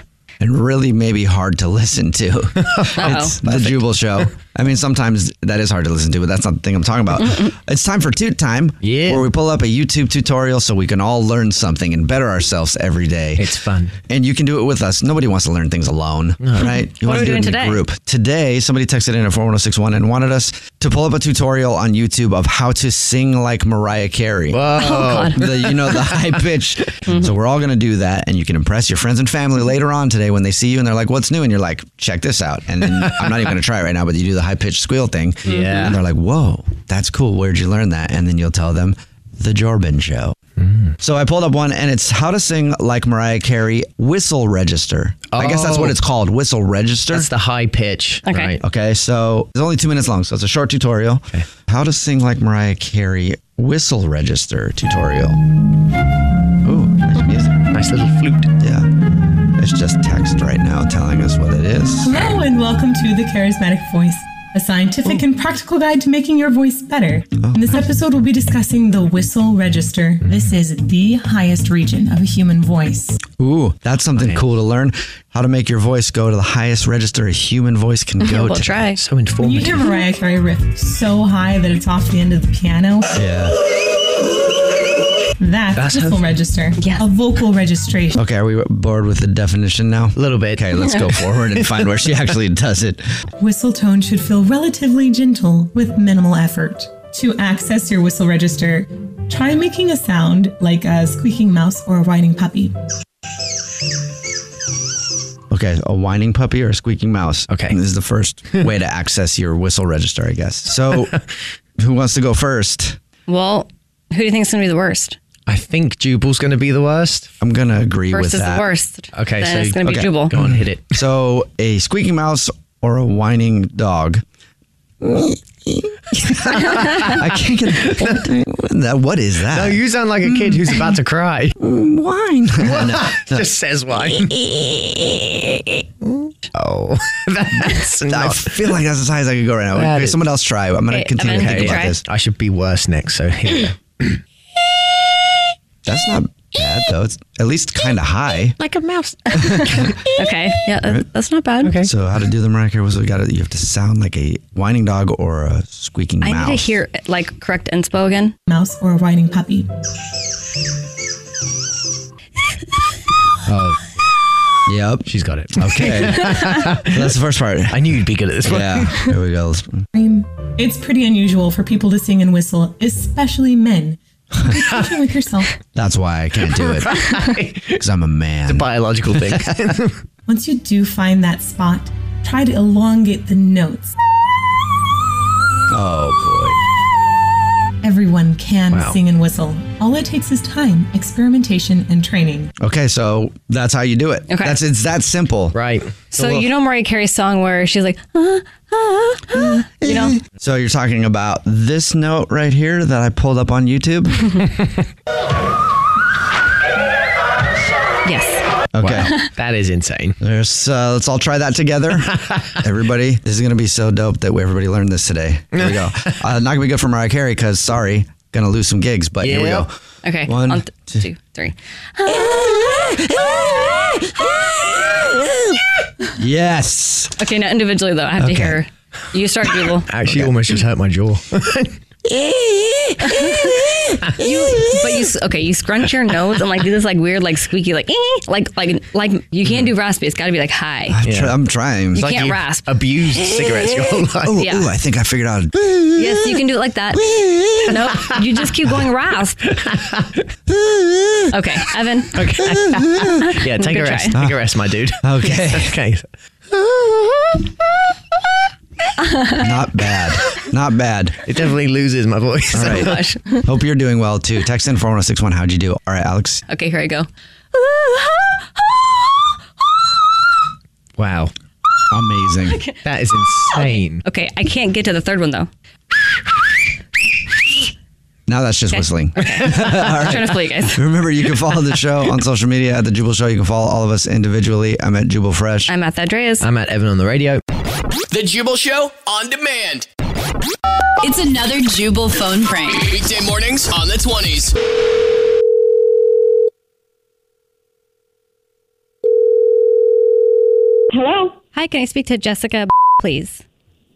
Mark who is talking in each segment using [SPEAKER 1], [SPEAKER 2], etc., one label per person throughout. [SPEAKER 1] and really maybe hard to listen to. it's the Jubal Show. I mean, sometimes that is hard to listen to, but that's not the thing I'm talking about. it's time for Toot Time,
[SPEAKER 2] Yeah.
[SPEAKER 1] where we pull up a YouTube tutorial so we can all learn something and better ourselves every day.
[SPEAKER 2] It's fun.
[SPEAKER 1] and you can do it with us. Nobody wants to learn things alone, right? You
[SPEAKER 3] What
[SPEAKER 1] want to do
[SPEAKER 3] are we
[SPEAKER 1] it in a
[SPEAKER 3] doing today?
[SPEAKER 1] group. Today, somebody texted in at 41061 and wanted us to pull up a tutorial on YouTube of how to sing like Mariah Carey.
[SPEAKER 2] Whoa.
[SPEAKER 1] Oh, The, you know, the high pitch. So we're all going to do that. And you can impress your friends and family later on today when they see you and they're like, what's new? And you're like, check this out. And then I'm not even going to try it right now, but you do the high pitched squeal thing.
[SPEAKER 2] Yeah.
[SPEAKER 1] And they're like, whoa, that's cool. Where'd you learn that? And then you'll tell them the Jorben show. So I pulled up one and it's how to sing like Mariah Carey whistle register. I guess that's
[SPEAKER 2] Oh.
[SPEAKER 1] what it's called, whistle register.
[SPEAKER 2] That's the high pitch.
[SPEAKER 3] Okay.
[SPEAKER 2] Right.
[SPEAKER 1] Okay, so it's only two minutes long, so it's a short tutorial. How to sing like Mariah Carey whistle register tutorial. Ooh, nice music.
[SPEAKER 2] Nice little flute.
[SPEAKER 1] Yeah. It's just text right now telling us what it is.
[SPEAKER 4] Hello and welcome to The Charismatic Voice, a
[SPEAKER 2] Oh.
[SPEAKER 4] scientific and practical guide to making your voice better. In this episode, we'll be discussing the whistle register. This is the highest region of a human voice.
[SPEAKER 1] Ooh, that's something cool to learn. How to make your voice go to the highest register a human voice can go
[SPEAKER 3] We'll
[SPEAKER 1] to.
[SPEAKER 3] try.
[SPEAKER 2] So
[SPEAKER 4] When you
[SPEAKER 2] informative.
[SPEAKER 4] hear Mariah Carey riff so high that it's off the end of the piano,
[SPEAKER 1] Yeah.
[SPEAKER 4] that's,
[SPEAKER 2] That's
[SPEAKER 4] whistle
[SPEAKER 2] how-
[SPEAKER 4] register,
[SPEAKER 3] Yeah.
[SPEAKER 4] a vocal registration.
[SPEAKER 1] Okay, are we bored with the definition now?
[SPEAKER 2] A little bit.
[SPEAKER 1] Okay, let's go forward and find where she actually does it.
[SPEAKER 4] Whistle tone should feel relatively gentle with minimal effort. To access your whistle register, try making a sound like a squeaking mouse or a whining puppy.
[SPEAKER 1] Okay, a whining puppy or a squeaking mouse.
[SPEAKER 2] Okay.
[SPEAKER 1] This is the first way to access your whistle register, I guess. So, who wants to go first?
[SPEAKER 3] Well, who do you think is going to be the worst?
[SPEAKER 2] I think Jubal's going to be the worst.
[SPEAKER 1] I'm going to agree
[SPEAKER 3] First
[SPEAKER 1] with
[SPEAKER 3] is
[SPEAKER 1] that.
[SPEAKER 3] the worst.
[SPEAKER 2] Okay,
[SPEAKER 3] Then
[SPEAKER 2] so
[SPEAKER 3] it's going to
[SPEAKER 1] okay,
[SPEAKER 3] be Jubal.
[SPEAKER 2] Go on, hit it.
[SPEAKER 1] So, a squeaking mouse or a whining dog? I can't get that. What is that?
[SPEAKER 2] No, you sound like a kid who's about to cry.
[SPEAKER 1] wine. No, no.
[SPEAKER 2] Just says why. oh, that's
[SPEAKER 1] I
[SPEAKER 2] not.
[SPEAKER 1] feel like that's as high as I could go right now.
[SPEAKER 2] That
[SPEAKER 1] Okay,
[SPEAKER 2] is-
[SPEAKER 1] someone else try. I'm going to
[SPEAKER 3] Okay,
[SPEAKER 1] continue to
[SPEAKER 3] Evan,
[SPEAKER 1] think
[SPEAKER 3] you
[SPEAKER 1] about
[SPEAKER 3] try.
[SPEAKER 1] this.
[SPEAKER 2] I should be worse next. So here we go.
[SPEAKER 1] That's not bad, though. It's at least kind of high.
[SPEAKER 3] Like a mouse. okay. Yeah,
[SPEAKER 2] Uh,
[SPEAKER 3] that, that's not bad.
[SPEAKER 2] Okay.
[SPEAKER 1] So how to do the Mariah was we got to you have to sound like a whining dog or a squeaking
[SPEAKER 3] I
[SPEAKER 1] mouse.
[SPEAKER 3] need to hear like correct inspo again.
[SPEAKER 4] mouse or a whining puppy.
[SPEAKER 2] Oh,
[SPEAKER 1] Yep.
[SPEAKER 2] she's got it.
[SPEAKER 1] Okay. That's the first part.
[SPEAKER 2] I knew you'd be good at this one.
[SPEAKER 1] Yeah. Here we go.
[SPEAKER 4] It's pretty unusual for people to sing and whistle, especially men. Be patient with yourself.
[SPEAKER 1] That's why I can't do it. Because I'm a man. It's a
[SPEAKER 5] biological thing.
[SPEAKER 4] Once you do find that spot, try to elongate the notes.
[SPEAKER 1] oh,
[SPEAKER 4] Everyone can
[SPEAKER 1] Wow.
[SPEAKER 4] sing and whistle. All it takes is time, experimentation, and training.
[SPEAKER 1] boy. Okay, so that's how you do it. Okay. That's it's that simple.
[SPEAKER 5] Right.
[SPEAKER 3] So you know Mariah Carey's song where she's like, ah, ah, ah, you know,
[SPEAKER 1] So you're talking about this note right here that I pulled up on YouTube?
[SPEAKER 3] yes.
[SPEAKER 1] Okay.
[SPEAKER 5] Wow, that is insane.
[SPEAKER 1] There's, uh, let's all try that together. everybody, this is going to be so dope that everybody learned this today. Here we go. Uh, not going to be good for Mariah Carey because, sorry, going to lose some gigs, but here we
[SPEAKER 3] Yeah.
[SPEAKER 1] go.
[SPEAKER 3] Okay.
[SPEAKER 1] One,
[SPEAKER 3] on th- two, three.
[SPEAKER 1] Yes.
[SPEAKER 3] Okay, now individually though, I have to hear. You start, Google.
[SPEAKER 5] Actually, almost just hurt my jaw.
[SPEAKER 3] you, but you s- okay? You scrunch your nose and like do this like weird like squeaky like "Eh," like like like you can't do raspy. It's got to be like high.
[SPEAKER 1] I'm try- I'm trying.
[SPEAKER 3] You It's like can't you've rasp.
[SPEAKER 5] Abused
[SPEAKER 3] cigarettes your whole life.
[SPEAKER 1] Oh,
[SPEAKER 3] Yeah.
[SPEAKER 1] ooh, I think I figured out.
[SPEAKER 3] Yes, you can do it like that. nope, you just keep going rasp. okay, Evan. Okay.
[SPEAKER 5] yeah, take a rest. Take a rest, my dude.
[SPEAKER 1] Okay.
[SPEAKER 5] okay.
[SPEAKER 1] Not bad. Not bad.
[SPEAKER 5] It definitely loses my voice.
[SPEAKER 1] All right.
[SPEAKER 3] gosh.
[SPEAKER 1] Hope you're doing well too. Text in 41061. How'd you do? All right, Alex.
[SPEAKER 3] Okay, here I go.
[SPEAKER 5] Wow.
[SPEAKER 1] Amazing.
[SPEAKER 5] That is insane.
[SPEAKER 3] Okay, I can't get to the third one though.
[SPEAKER 1] Now that's just
[SPEAKER 3] Okay.
[SPEAKER 1] whistling.
[SPEAKER 3] Okay. I'm trying to play you guys.
[SPEAKER 1] Remember, you can follow the show on social media at The Jubal Show. You can follow all of us individually. I'm at Jubal Fresh.
[SPEAKER 3] I'm at The Dreas.
[SPEAKER 5] I'm at Evan on the radio.
[SPEAKER 6] The Jubal Show on demand.
[SPEAKER 7] It's another Jubal phone prank.
[SPEAKER 6] Weekday mornings on the 20s.
[SPEAKER 8] Hello.
[SPEAKER 9] Hi, can I speak to Jessica, please?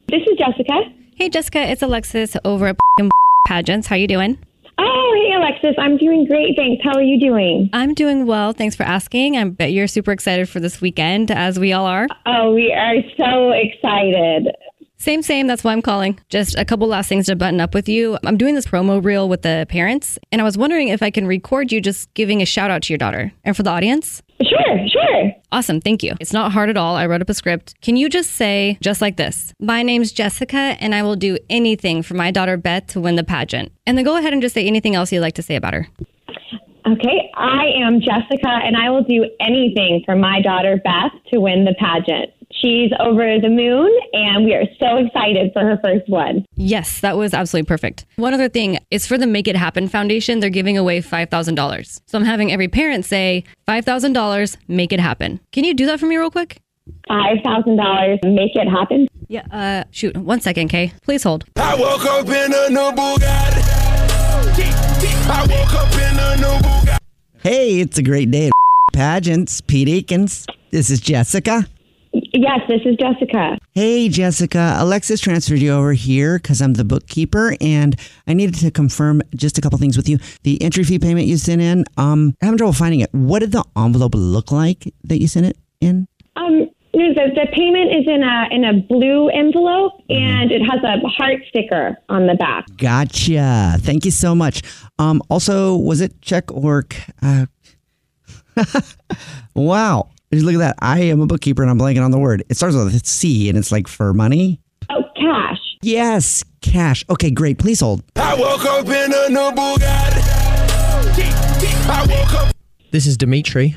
[SPEAKER 8] This is Jessica.
[SPEAKER 9] Hey, Jessica, it's Alexis over at Pageants. How you doing?
[SPEAKER 8] Oh, hey, Alexis. I'm doing great. Thanks. How are you doing?
[SPEAKER 9] I'm doing well. Thanks for asking. I bet you're super excited for this weekend, as we all are.
[SPEAKER 8] Oh, we are so excited.
[SPEAKER 9] Same, same. That's why I'm calling. Just a couple last things to button up with you. I'm doing this promo reel with the parents, and I was wondering if I can record you just giving a shout out to your daughter and for the audience.
[SPEAKER 8] Sure, sure.
[SPEAKER 9] Awesome. Thank you. It's not hard at all. I wrote up a script. Can you just say, just like this My name's Jessica, and I will do anything for my daughter, Beth, to win the pageant. And then go ahead and just say anything else you'd like to say about her.
[SPEAKER 8] Okay, I am Jessica, and I will do anything for my daughter Beth to win the pageant. She's over the moon, and we are so excited for her first one.
[SPEAKER 9] Yes, that was absolutely perfect. One other thing is for the Make It Happen Foundation, they're giving away $5,000. So I'm having every parent say, $5,000, make it happen. Can you do that for me real quick?
[SPEAKER 8] $5,000, make it happen.
[SPEAKER 9] Yeah, uh, shoot, one second, Kay. Please hold.
[SPEAKER 7] I woke up in a new Bugatti. I woke up in a new Bugatti.
[SPEAKER 2] Hey, it's a great day at pageants. Pete Eakins. This is Jessica.
[SPEAKER 8] Yes, this is Jessica.
[SPEAKER 2] Hey, Jessica. Alexis transferred you over here because I'm the bookkeeper, and I needed to confirm just a couple things with you. The entry fee payment you sent in, um, I'm having trouble finding it. What did the envelope look like that you sent it in?
[SPEAKER 8] Um, no, the, the payment is in a, in a blue envelope, and it has a heart sticker on the back.
[SPEAKER 2] Gotcha. Thank you so much. Um, also, was it check or? c- Uh, wow. Just look at that. I am a bookkeeper, and I'm blanking on the word. It starts with a C, and it's like for money.
[SPEAKER 8] Oh, cash.
[SPEAKER 2] Yes, cash. Okay, great. Please hold.
[SPEAKER 7] I woke up in a new Bugatti. I woke up.
[SPEAKER 5] This is Dimitri.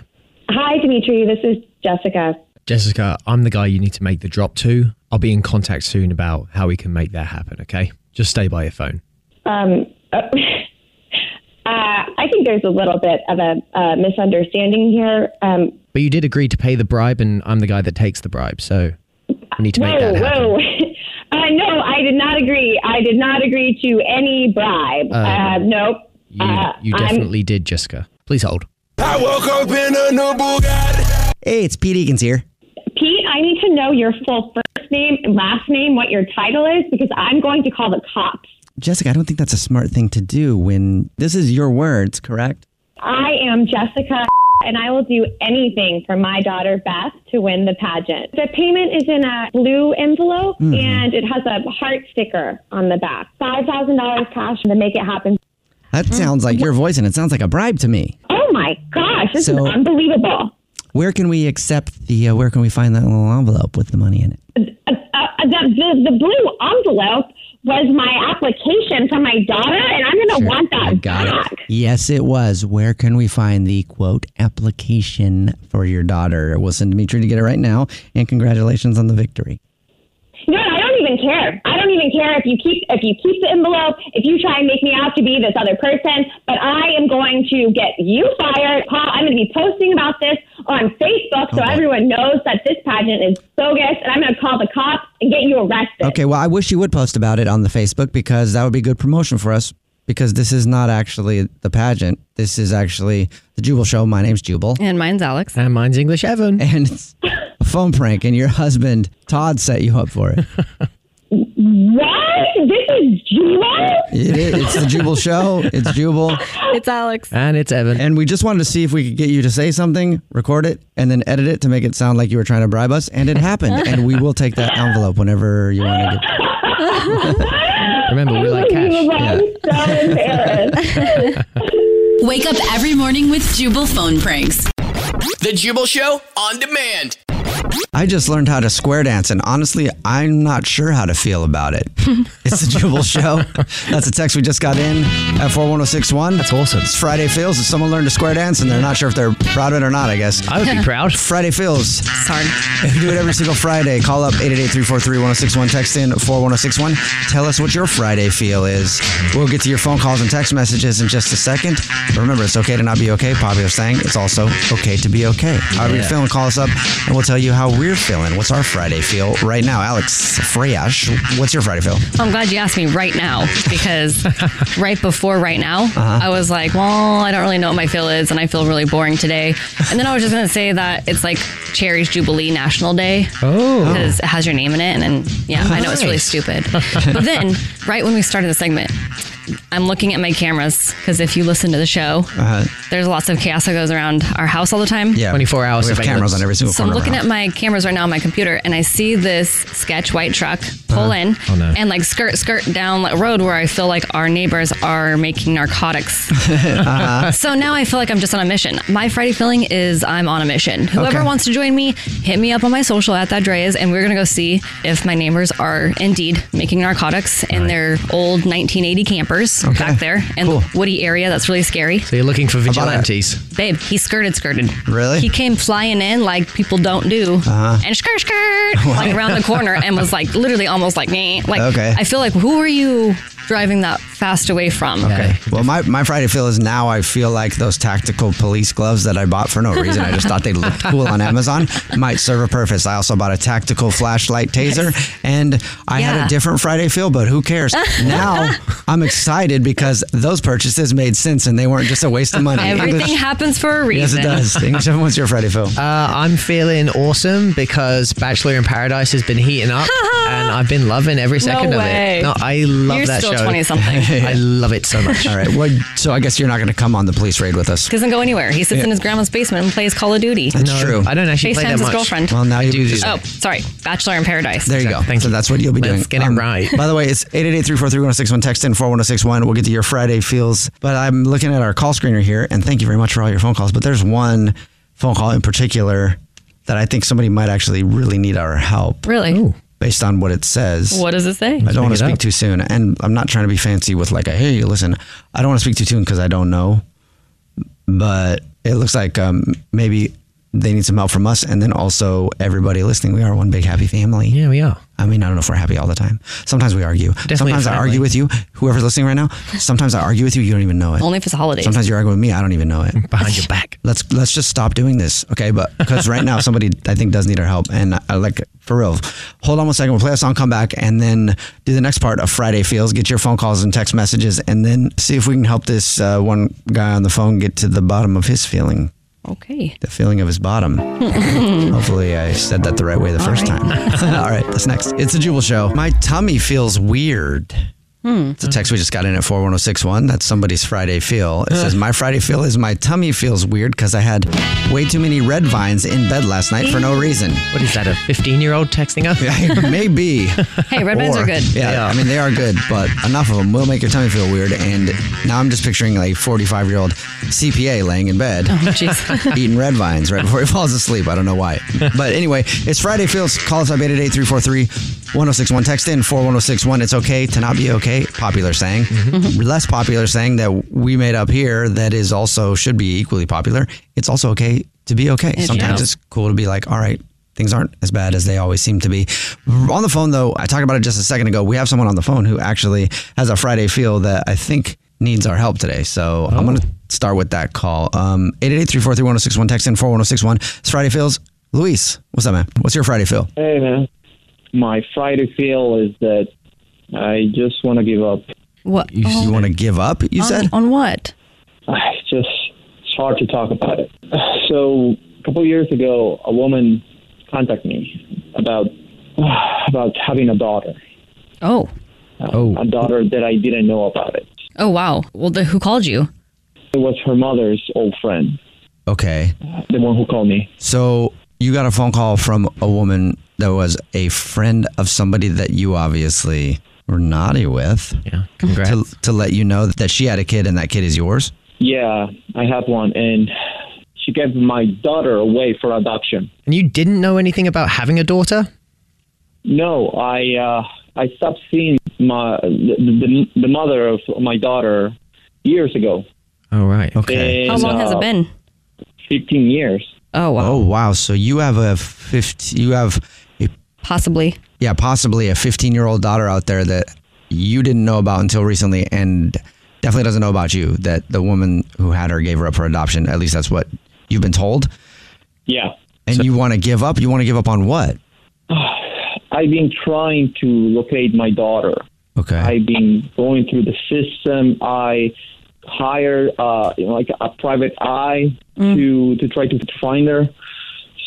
[SPEAKER 8] Hi, Dimitri. This is Jessica.
[SPEAKER 5] Jessica, I'm the guy you need to make the drop to. I'll be in contact soon about how we can make that happen, okay? Just stay by your phone.
[SPEAKER 8] Um, uh, uh, I think there's a little bit of a uh, misunderstanding here. Um,
[SPEAKER 5] But you did agree to pay the bribe, and I'm the guy that takes the bribe, so we need to make
[SPEAKER 8] whoa,
[SPEAKER 5] that happen.
[SPEAKER 8] whoa. Uh, no, I did not agree. I did not agree to any bribe.
[SPEAKER 5] Uh,
[SPEAKER 8] Uh, nope.
[SPEAKER 5] You,
[SPEAKER 8] Uh,
[SPEAKER 5] you
[SPEAKER 8] I'm-
[SPEAKER 5] definitely did, Jessica. Please hold.
[SPEAKER 7] I woke up in a new Bugatti.
[SPEAKER 2] Hey, it's Pete Eakins here.
[SPEAKER 8] Pete, I need to know your full first name and last name, what your title is, because I'm going to call the cops.
[SPEAKER 2] Jessica, I don't think that's a smart thing to do when this is your words, correct?
[SPEAKER 8] I am Jessica, and I will do anything for my daughter Beth to win the pageant. The payment is in a blue envelope,
[SPEAKER 5] Mm-hmm.
[SPEAKER 2] Mhm.
[SPEAKER 8] and it has a heart sticker on the back. $5,000 cash to make it happen.
[SPEAKER 4] That sounds like your voice, and it sounds like a bribe to me.
[SPEAKER 8] Oh my gosh, this
[SPEAKER 4] So-
[SPEAKER 8] is unbelievable.
[SPEAKER 4] Where can we accept the? Uh, where can we find that little envelope with the money in it?
[SPEAKER 8] Uh, the, the, the blue envelope was my application from my daughter, and I'm going to want that back.
[SPEAKER 4] Yes, it was. Where can we find the quote application for your daughter? We'll send Dimitri to get it right now. And congratulations on the victory.
[SPEAKER 8] You know what? I don't even care. I don't even care if you keep if you keep the envelope, if you try and make me out to be this other person. But I am going to get you fired. Paul, I'm going to be posting about this on Facebook so everyone knows that this pageant is bogus, and I'm going to call the cops and get you arrested.
[SPEAKER 4] Okay, well, I wish you would post about it on the Facebook because that would be good promotion for us. Because this is not actually the pageant. This is actually the Jubal Show. My name's Jubal.
[SPEAKER 3] And mine's Alex.
[SPEAKER 4] And mine's English Evan. And it's a phone prank, and your husband, Todd, set you up for it.
[SPEAKER 8] What? This is Jewel?
[SPEAKER 4] It is. It's the Jubal Show. It's Jubal.
[SPEAKER 3] It's Alex.
[SPEAKER 4] And it's Evan. And we just wanted to see if we could get you to say something, record it, and then edit it to make it sound like you were trying to bribe us. And it happened. and we will take that envelope whenever you want to get. Remember, we like
[SPEAKER 6] Wake up every morning with Jubal phone pranks.
[SPEAKER 10] The Jubal Show on demand.
[SPEAKER 1] I just learned how to square dance, and honestly, I'm not sure how to feel about it. It's the Jubal Show. That's a text we just got in at 41061. That's awesome. It's Friday Feels. If someone learned to square dance and they're not sure if they're proud of it or not, I guess. I
[SPEAKER 9] would be proud.
[SPEAKER 1] Friday Feels. Sorry. If you do it every single Friday, call up 888-343-1061, text in 41061. Tell us what your Friday feel is. We'll get to your phone calls and text messages in just a second. But remember, it's okay to not be okay. Pablo saying it's also okay to be okay. However you
[SPEAKER 5] Yeah.
[SPEAKER 1] feeling, call us up and we'll tell you how we're feeling. What's our Friday feel right now? Alex Freyash, what's your Friday feel?
[SPEAKER 3] I'm glad you asked me right now because right before right now,
[SPEAKER 1] Uh-huh.
[SPEAKER 3] I was like, well, I don't really know what my feel is and I feel really boring today. And then I was just going to say that it's like Cherry's Jubilee National Day.
[SPEAKER 9] Oh.
[SPEAKER 3] Because it has your name in it. And, then yeah, I know it's really
[SPEAKER 9] Nice.
[SPEAKER 3] stupid. but then, right when we started the segment, I'm looking at my cameras because if you listen to the show,
[SPEAKER 1] Uh,
[SPEAKER 3] there's lots of chaos that goes around our house all the time.
[SPEAKER 1] yeah. 24 hours. We have cameras on every single
[SPEAKER 3] So I'm
[SPEAKER 1] corner of our
[SPEAKER 3] looking
[SPEAKER 1] house.
[SPEAKER 3] at my cameras right now on my computer, and I see this sketch white truck
[SPEAKER 1] Uh-huh.
[SPEAKER 3] pull in
[SPEAKER 1] Oh, no.
[SPEAKER 3] and like skirt skirt down the road where I feel like our neighbors are making narcotics.
[SPEAKER 1] Uh-huh.
[SPEAKER 3] So now I feel like I'm just on a mission. My Friday feeling is I'm on a mission. Whoever
[SPEAKER 1] Okay.
[SPEAKER 3] wants to join me, hit me up on my social at that Dreas, and we're gonna go see if my neighbors are indeed making narcotics in their old 1980 campers back there in the Woody area. That's really scary.
[SPEAKER 9] So you're looking for vigilantes.
[SPEAKER 3] Babe, he skirted, skirted.
[SPEAKER 9] Really?
[SPEAKER 3] He came flying in like people don't do,
[SPEAKER 1] Uh-huh.
[SPEAKER 3] and skirt, skirt,
[SPEAKER 9] Wow.
[SPEAKER 3] like around the corner, and was like literally almost like me. Like
[SPEAKER 1] Okay.
[SPEAKER 3] I feel like who are you driving that fast away from?
[SPEAKER 1] Okay. Well, my, my Friday feel is now I feel like those tactical police gloves that I bought for no reason. I just thought they looked cool on Amazon might serve a purpose. I also bought a tactical flashlight taser and I had
[SPEAKER 5] Yeah.
[SPEAKER 1] a different Friday feel, but who cares? now I'm excited because those purchases made sense and they weren't just a waste of money.
[SPEAKER 3] Everything
[SPEAKER 1] English-
[SPEAKER 3] happens for a
[SPEAKER 1] Yes,
[SPEAKER 3] reason.
[SPEAKER 1] it does. English, everyone, what's your Friday feel?
[SPEAKER 5] Uh, I'm feeling awesome because Bachelor in Paradise has been heating up, and I've been loving every
[SPEAKER 3] No
[SPEAKER 5] second of
[SPEAKER 3] way.
[SPEAKER 5] it. No, I love
[SPEAKER 3] You're
[SPEAKER 5] that
[SPEAKER 3] still
[SPEAKER 5] show.
[SPEAKER 3] 20-something.
[SPEAKER 5] I love it so much.
[SPEAKER 1] All right. Well, so I guess you're not going to come on the police raid with us.
[SPEAKER 3] Doesn't go anywhere. He sits in his grandma's basement and plays Call of Duty.
[SPEAKER 1] That's true. I don't actually
[SPEAKER 3] FaceTimes
[SPEAKER 1] play that
[SPEAKER 3] his
[SPEAKER 1] much.
[SPEAKER 3] girlfriend.
[SPEAKER 1] Well, now you do do
[SPEAKER 3] Oh,
[SPEAKER 1] that.
[SPEAKER 3] sorry, Bachelor in Paradise.
[SPEAKER 1] There you go. Thanks. So that's what you'll be doing. Let's get it right. By the way, it's 888-343-1061. Text in 41061. We'll get to your Friday feels. But I'm looking at our call screener here, and thank you very much for all your phone calls. But there's one phone call in particular that I think somebody might actually really need our help.
[SPEAKER 3] Really?
[SPEAKER 1] Based on what it says.
[SPEAKER 3] What does it say?
[SPEAKER 1] I don't want to
[SPEAKER 3] Bring it
[SPEAKER 1] speak
[SPEAKER 3] up.
[SPEAKER 1] too soon, and I'm not trying to be fancy with like a hey, listen. I don't want to speak too soon because I don't know, but it looks like um, maybe they need some help from us, and then also everybody listening. We are one big happy family. Yeah, we are. I mean, I don't know if we're happy all the time. Sometimes we argue.
[SPEAKER 5] Definitely
[SPEAKER 1] sometimes I
[SPEAKER 5] friendly.
[SPEAKER 1] argue with you. Whoever's listening right now. Sometimes I argue with you. You don't even know it.
[SPEAKER 3] Only if it's the holidays.
[SPEAKER 1] Sometimes you argue with me. I don't even know it. Behind your back. Let's let's just stop doing this, okay? But because right now somebody I think does need our help, and I, like for real, hold on one second. We'll play a song, come back, and then do the next part of Friday feels. Get your phone calls and text messages, and then see if we can help this uh, one guy on the phone get to the bottom of his feeling,
[SPEAKER 3] Okay.
[SPEAKER 1] the feeling of his bottom. Hopefully, I said that the right way the first time. All right, that's next. It's a Jubal Show. My tummy feels weird. It's a text we just got in at 41061. That's somebody's Friday feel. It says, My Friday feel is my tummy feels weird because I had way too many red vines in bed last night for no reason. What is that, a 15 year old texting us? Maybe.
[SPEAKER 9] Hey, red vines
[SPEAKER 1] Or-
[SPEAKER 9] are good.
[SPEAKER 1] Yeah, I mean, they are good, but enough of them will make your tummy feel weird. And now I'm just picturing like 45 year old CPA laying in bed, eating red vines right before he falls asleep. I don't know why. But anyway, it's Friday Feels. Call us up 888 343 1061. Text in 41061. It's okay to not be okay. Popular saying. Less popular saying that we made up here that is also should be equally popular. It's also okay to be okay.
[SPEAKER 11] It's
[SPEAKER 1] Sometimes
[SPEAKER 11] true.
[SPEAKER 1] it's cool to be like, all right, things aren't as bad as they always seem to be. On the phone, though, I talked about it just a second ago. We have someone on the phone who actually has a Friday feel that I think needs our help today. So I'm going to start with that call. Um, 888-343-1061, text in 41061. It's Friday feels. Luis, what's up, man? What's your Friday feel?
[SPEAKER 12] Hey, man. Eh, My Friday feel is that I just want to give up.
[SPEAKER 9] What?
[SPEAKER 1] You, you want to give up? You
[SPEAKER 9] on,
[SPEAKER 1] said?
[SPEAKER 9] on what?
[SPEAKER 12] I just, it's hard to talk about it. So, a couple years ago, a woman contacted me about about having a daughter.
[SPEAKER 9] Oh.
[SPEAKER 12] oh. A daughter that I didn't know about it.
[SPEAKER 9] Oh wow. Well, the, who called you?
[SPEAKER 12] It was her mother's old friend,
[SPEAKER 1] Okay.
[SPEAKER 12] the one who called me.
[SPEAKER 1] So you got a phone call from a woman that was a friend of somebody that you obviously were naughty with. Yeah. Congrats. To, to let you know that she had a kid and that kid is yours.
[SPEAKER 12] Yeah, I have one, and she gave my daughter away for adoption.
[SPEAKER 13] And you didn't know anything about having a daughter?
[SPEAKER 12] No, I uh, I stopped seeing my the, the, the mother of my daughter years ago.
[SPEAKER 1] All right. Okay.
[SPEAKER 12] And, uh, Fifteen years.
[SPEAKER 9] Oh wow.
[SPEAKER 1] Oh wow. So you have a fifty. You have a
[SPEAKER 9] possibly.
[SPEAKER 1] Yeah, possibly a fifteen-year-old daughter out there that you didn't know about until recently, and definitely doesn't know about you. That the woman who had her gave her up for adoption. At least that's what you've been told.
[SPEAKER 12] Yeah,
[SPEAKER 1] And you want to give up? You want to give up on what?
[SPEAKER 12] I've been trying to locate my daughter.
[SPEAKER 1] Okay.
[SPEAKER 12] I've been going through the system. I hired uh, you know, like a private eye to to try to find her.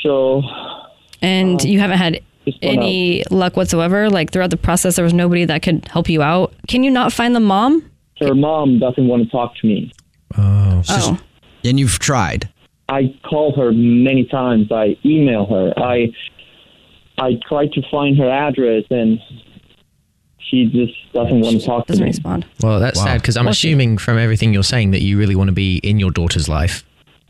[SPEAKER 12] So
[SPEAKER 14] Oh.
[SPEAKER 9] And you haven't had
[SPEAKER 12] one
[SPEAKER 9] any luck whatsoever. Like throughout the process, there was nobody that could help you out. Can you not find the mom?
[SPEAKER 12] her mom doesn't want to talk to me.
[SPEAKER 1] Oh.
[SPEAKER 9] Oh.
[SPEAKER 1] And you've tried.
[SPEAKER 12] I call her many times. I email her. I I try to find her address, and she just doesn't want to talk to me.
[SPEAKER 13] Well, that's
[SPEAKER 12] Wow.
[SPEAKER 13] sad because I'm
[SPEAKER 12] Well, she-
[SPEAKER 13] assuming from everything you're saying that you really want to be in your daughter's life.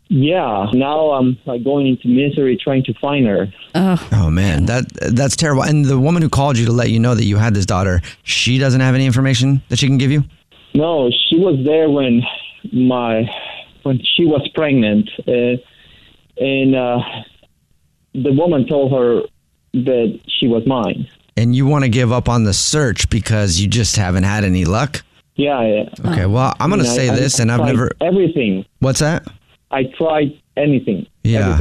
[SPEAKER 12] Yeah, now I'm like going into misery trying to find her.
[SPEAKER 9] Oh.
[SPEAKER 1] man, that that's terrible. And the woman who called you to let you know that you had this daughter, she doesn't have any information that she can give you.
[SPEAKER 12] No, she was there when my when she was pregnant, uh, and uh, the woman told her that she was mine.
[SPEAKER 1] And you want to give up on the search because you just haven't had any luck.
[SPEAKER 12] Yeah. yeah.
[SPEAKER 1] Okay. Well, I'm gonna
[SPEAKER 12] I mean, I-
[SPEAKER 1] say
[SPEAKER 12] I-
[SPEAKER 1] this,
[SPEAKER 12] I
[SPEAKER 1] and I've
[SPEAKER 12] tried
[SPEAKER 1] never.
[SPEAKER 12] everything.
[SPEAKER 1] What's that?
[SPEAKER 12] I tried anything.
[SPEAKER 1] Yeah.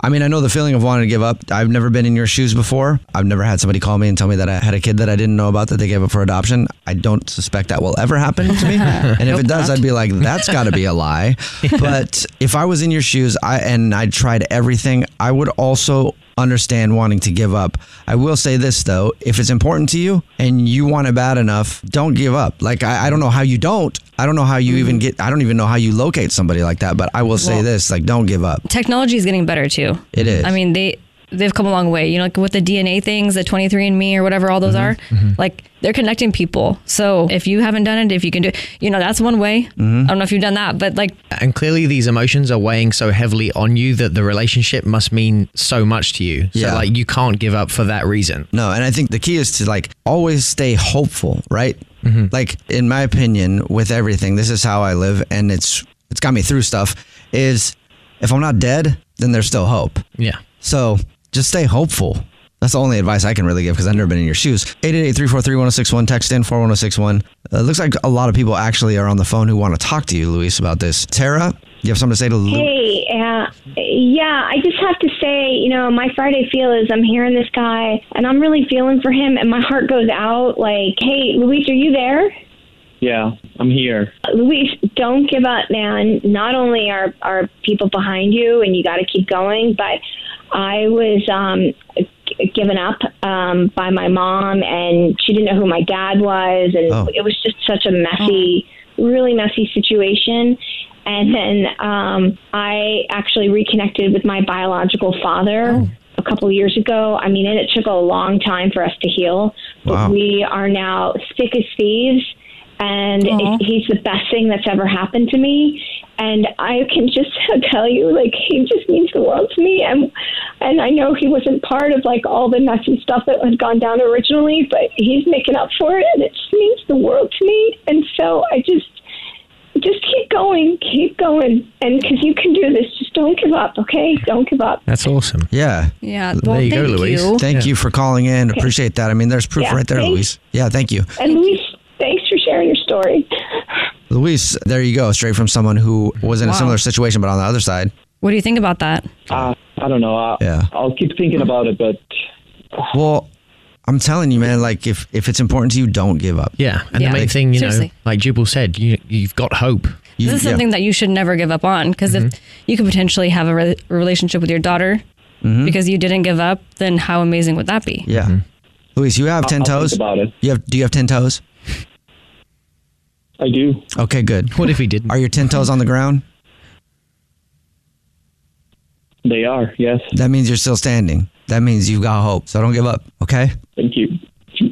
[SPEAKER 1] I mean, I know the feeling of wanting to give up. I've never been in your shoes before. I've never had somebody call me and tell me that I had a kid that I didn't know about that they gave up for adoption. I don't suspect that will ever happen to me. and if
[SPEAKER 11] Nope,
[SPEAKER 1] it does,
[SPEAKER 11] not.
[SPEAKER 1] I'd be like, that's got to be a lie. but if I was in your shoes I and I tried everything, I would also understand wanting to give up. I will say this though, if it's important to you and you want it bad enough, don't give up. Like I, I don't know how you don't. I don't know how you
[SPEAKER 11] Mm-hmm.
[SPEAKER 1] even get I don't even know how you locate somebody like that, but I will say
[SPEAKER 9] Well-
[SPEAKER 1] this, like don't give up.
[SPEAKER 9] Technology is getting better too.
[SPEAKER 1] It is.
[SPEAKER 9] I mean, they they've come a long way. You know, like with the DNA things, the 23andMe or whatever all those are. Like they're connecting people. So if you haven't done it, if you can do, you know, that's one way.
[SPEAKER 1] Mm-hmm.
[SPEAKER 9] I don't know if you've done that, but like
[SPEAKER 13] And clearly, these emotions are weighing so heavily on you that the relationship must mean so much to you. So,
[SPEAKER 1] Yeah.
[SPEAKER 13] like, you can't give up for that reason.
[SPEAKER 1] No, and I think the key is to like always stay hopeful, right? Like in my opinion, with everything, this is how I live, and it's it's got me through stuff. Is if I'm not dead, then there's still hope.
[SPEAKER 13] Yeah.
[SPEAKER 1] So just stay hopeful. That's the only advice I can really give because I've never been in your shoes. 888-343-1061, text in 41061. Uh, It looks like a lot of people actually are on the phone who want to talk to you, Luis, about this. Tara, you have something to say to Lu-
[SPEAKER 14] Hey, uh, yeah, I just have to say, you know, my Friday feel is I'm hearing this guy and I'm really feeling for him and my heart goes out like, hey, Luis, are you there?
[SPEAKER 12] Yeah, I'm here.
[SPEAKER 14] Luis, don't give up, man. Not only are, are people behind you and you got to keep going, but I was um, given up um, by my mom, and she didn't know who my dad was, and
[SPEAKER 11] Oh.
[SPEAKER 14] it was just such a messy, really messy situation. And then um, I actually reconnected with my biological father
[SPEAKER 15] Oh.
[SPEAKER 14] a couple years ago. I mean, and it took a long time for us to heal, but
[SPEAKER 15] Wow.
[SPEAKER 14] we are now thick as thieves. And
[SPEAKER 15] Aw.
[SPEAKER 14] it, he's the best thing that's ever happened to me. And I can just tell you, like, he just means the world to me. And and I know he wasn't part of like all the messy stuff that had gone down originally, but he's making up for it, and it just means the world to me. And so I just just keep going, keep going, and because you can do this, just don't give up, okay? Don't give up.
[SPEAKER 1] That's awesome. Yeah.
[SPEAKER 14] Yeah, well, There you go, thank Louise. you.
[SPEAKER 1] Thank
[SPEAKER 14] Yeah.
[SPEAKER 1] you for calling in.
[SPEAKER 14] Okay.
[SPEAKER 1] Appreciate that. I mean, there's proof
[SPEAKER 14] Yeah,
[SPEAKER 1] right there,
[SPEAKER 14] thanks.
[SPEAKER 1] Louise. Yeah, thank you.
[SPEAKER 14] And Luis, thanks for sharing your story.
[SPEAKER 1] Luis, there you go. Straight from someone who was in a
[SPEAKER 14] Wow.
[SPEAKER 1] similar situation, but on the other side.
[SPEAKER 9] What do you think about that?
[SPEAKER 14] Uh, I don't know. I,
[SPEAKER 1] yeah.
[SPEAKER 14] I'll keep thinking
[SPEAKER 1] about
[SPEAKER 14] it, but.
[SPEAKER 1] Well, I'm telling you, man, like if, if it's important to you, don't give up.
[SPEAKER 5] Yeah. And
[SPEAKER 9] Yeah.
[SPEAKER 5] the main thing, you
[SPEAKER 9] Seriously.
[SPEAKER 5] know, like Jubal said, you, you've got hope.
[SPEAKER 9] this is something that you should never give up on because
[SPEAKER 1] Mm-hmm.
[SPEAKER 9] if you could potentially have a re- relationship with your daughter
[SPEAKER 1] Mhm.
[SPEAKER 9] because you didn't give up, then how amazing would that be?
[SPEAKER 1] Yeah.
[SPEAKER 5] Mm-hmm.
[SPEAKER 1] Luis, you have
[SPEAKER 9] I'll-
[SPEAKER 1] 10
[SPEAKER 9] I'll think
[SPEAKER 1] toes?
[SPEAKER 9] about
[SPEAKER 1] it. You have, do you have 10 toes?
[SPEAKER 14] I do.
[SPEAKER 1] Okay, good.
[SPEAKER 5] What if he didn't?
[SPEAKER 1] Are your 10 toes on the ground?
[SPEAKER 14] They are, yes.
[SPEAKER 1] That means you're still standing. That means you've got hope. So don't give up, okay?
[SPEAKER 14] Thank you.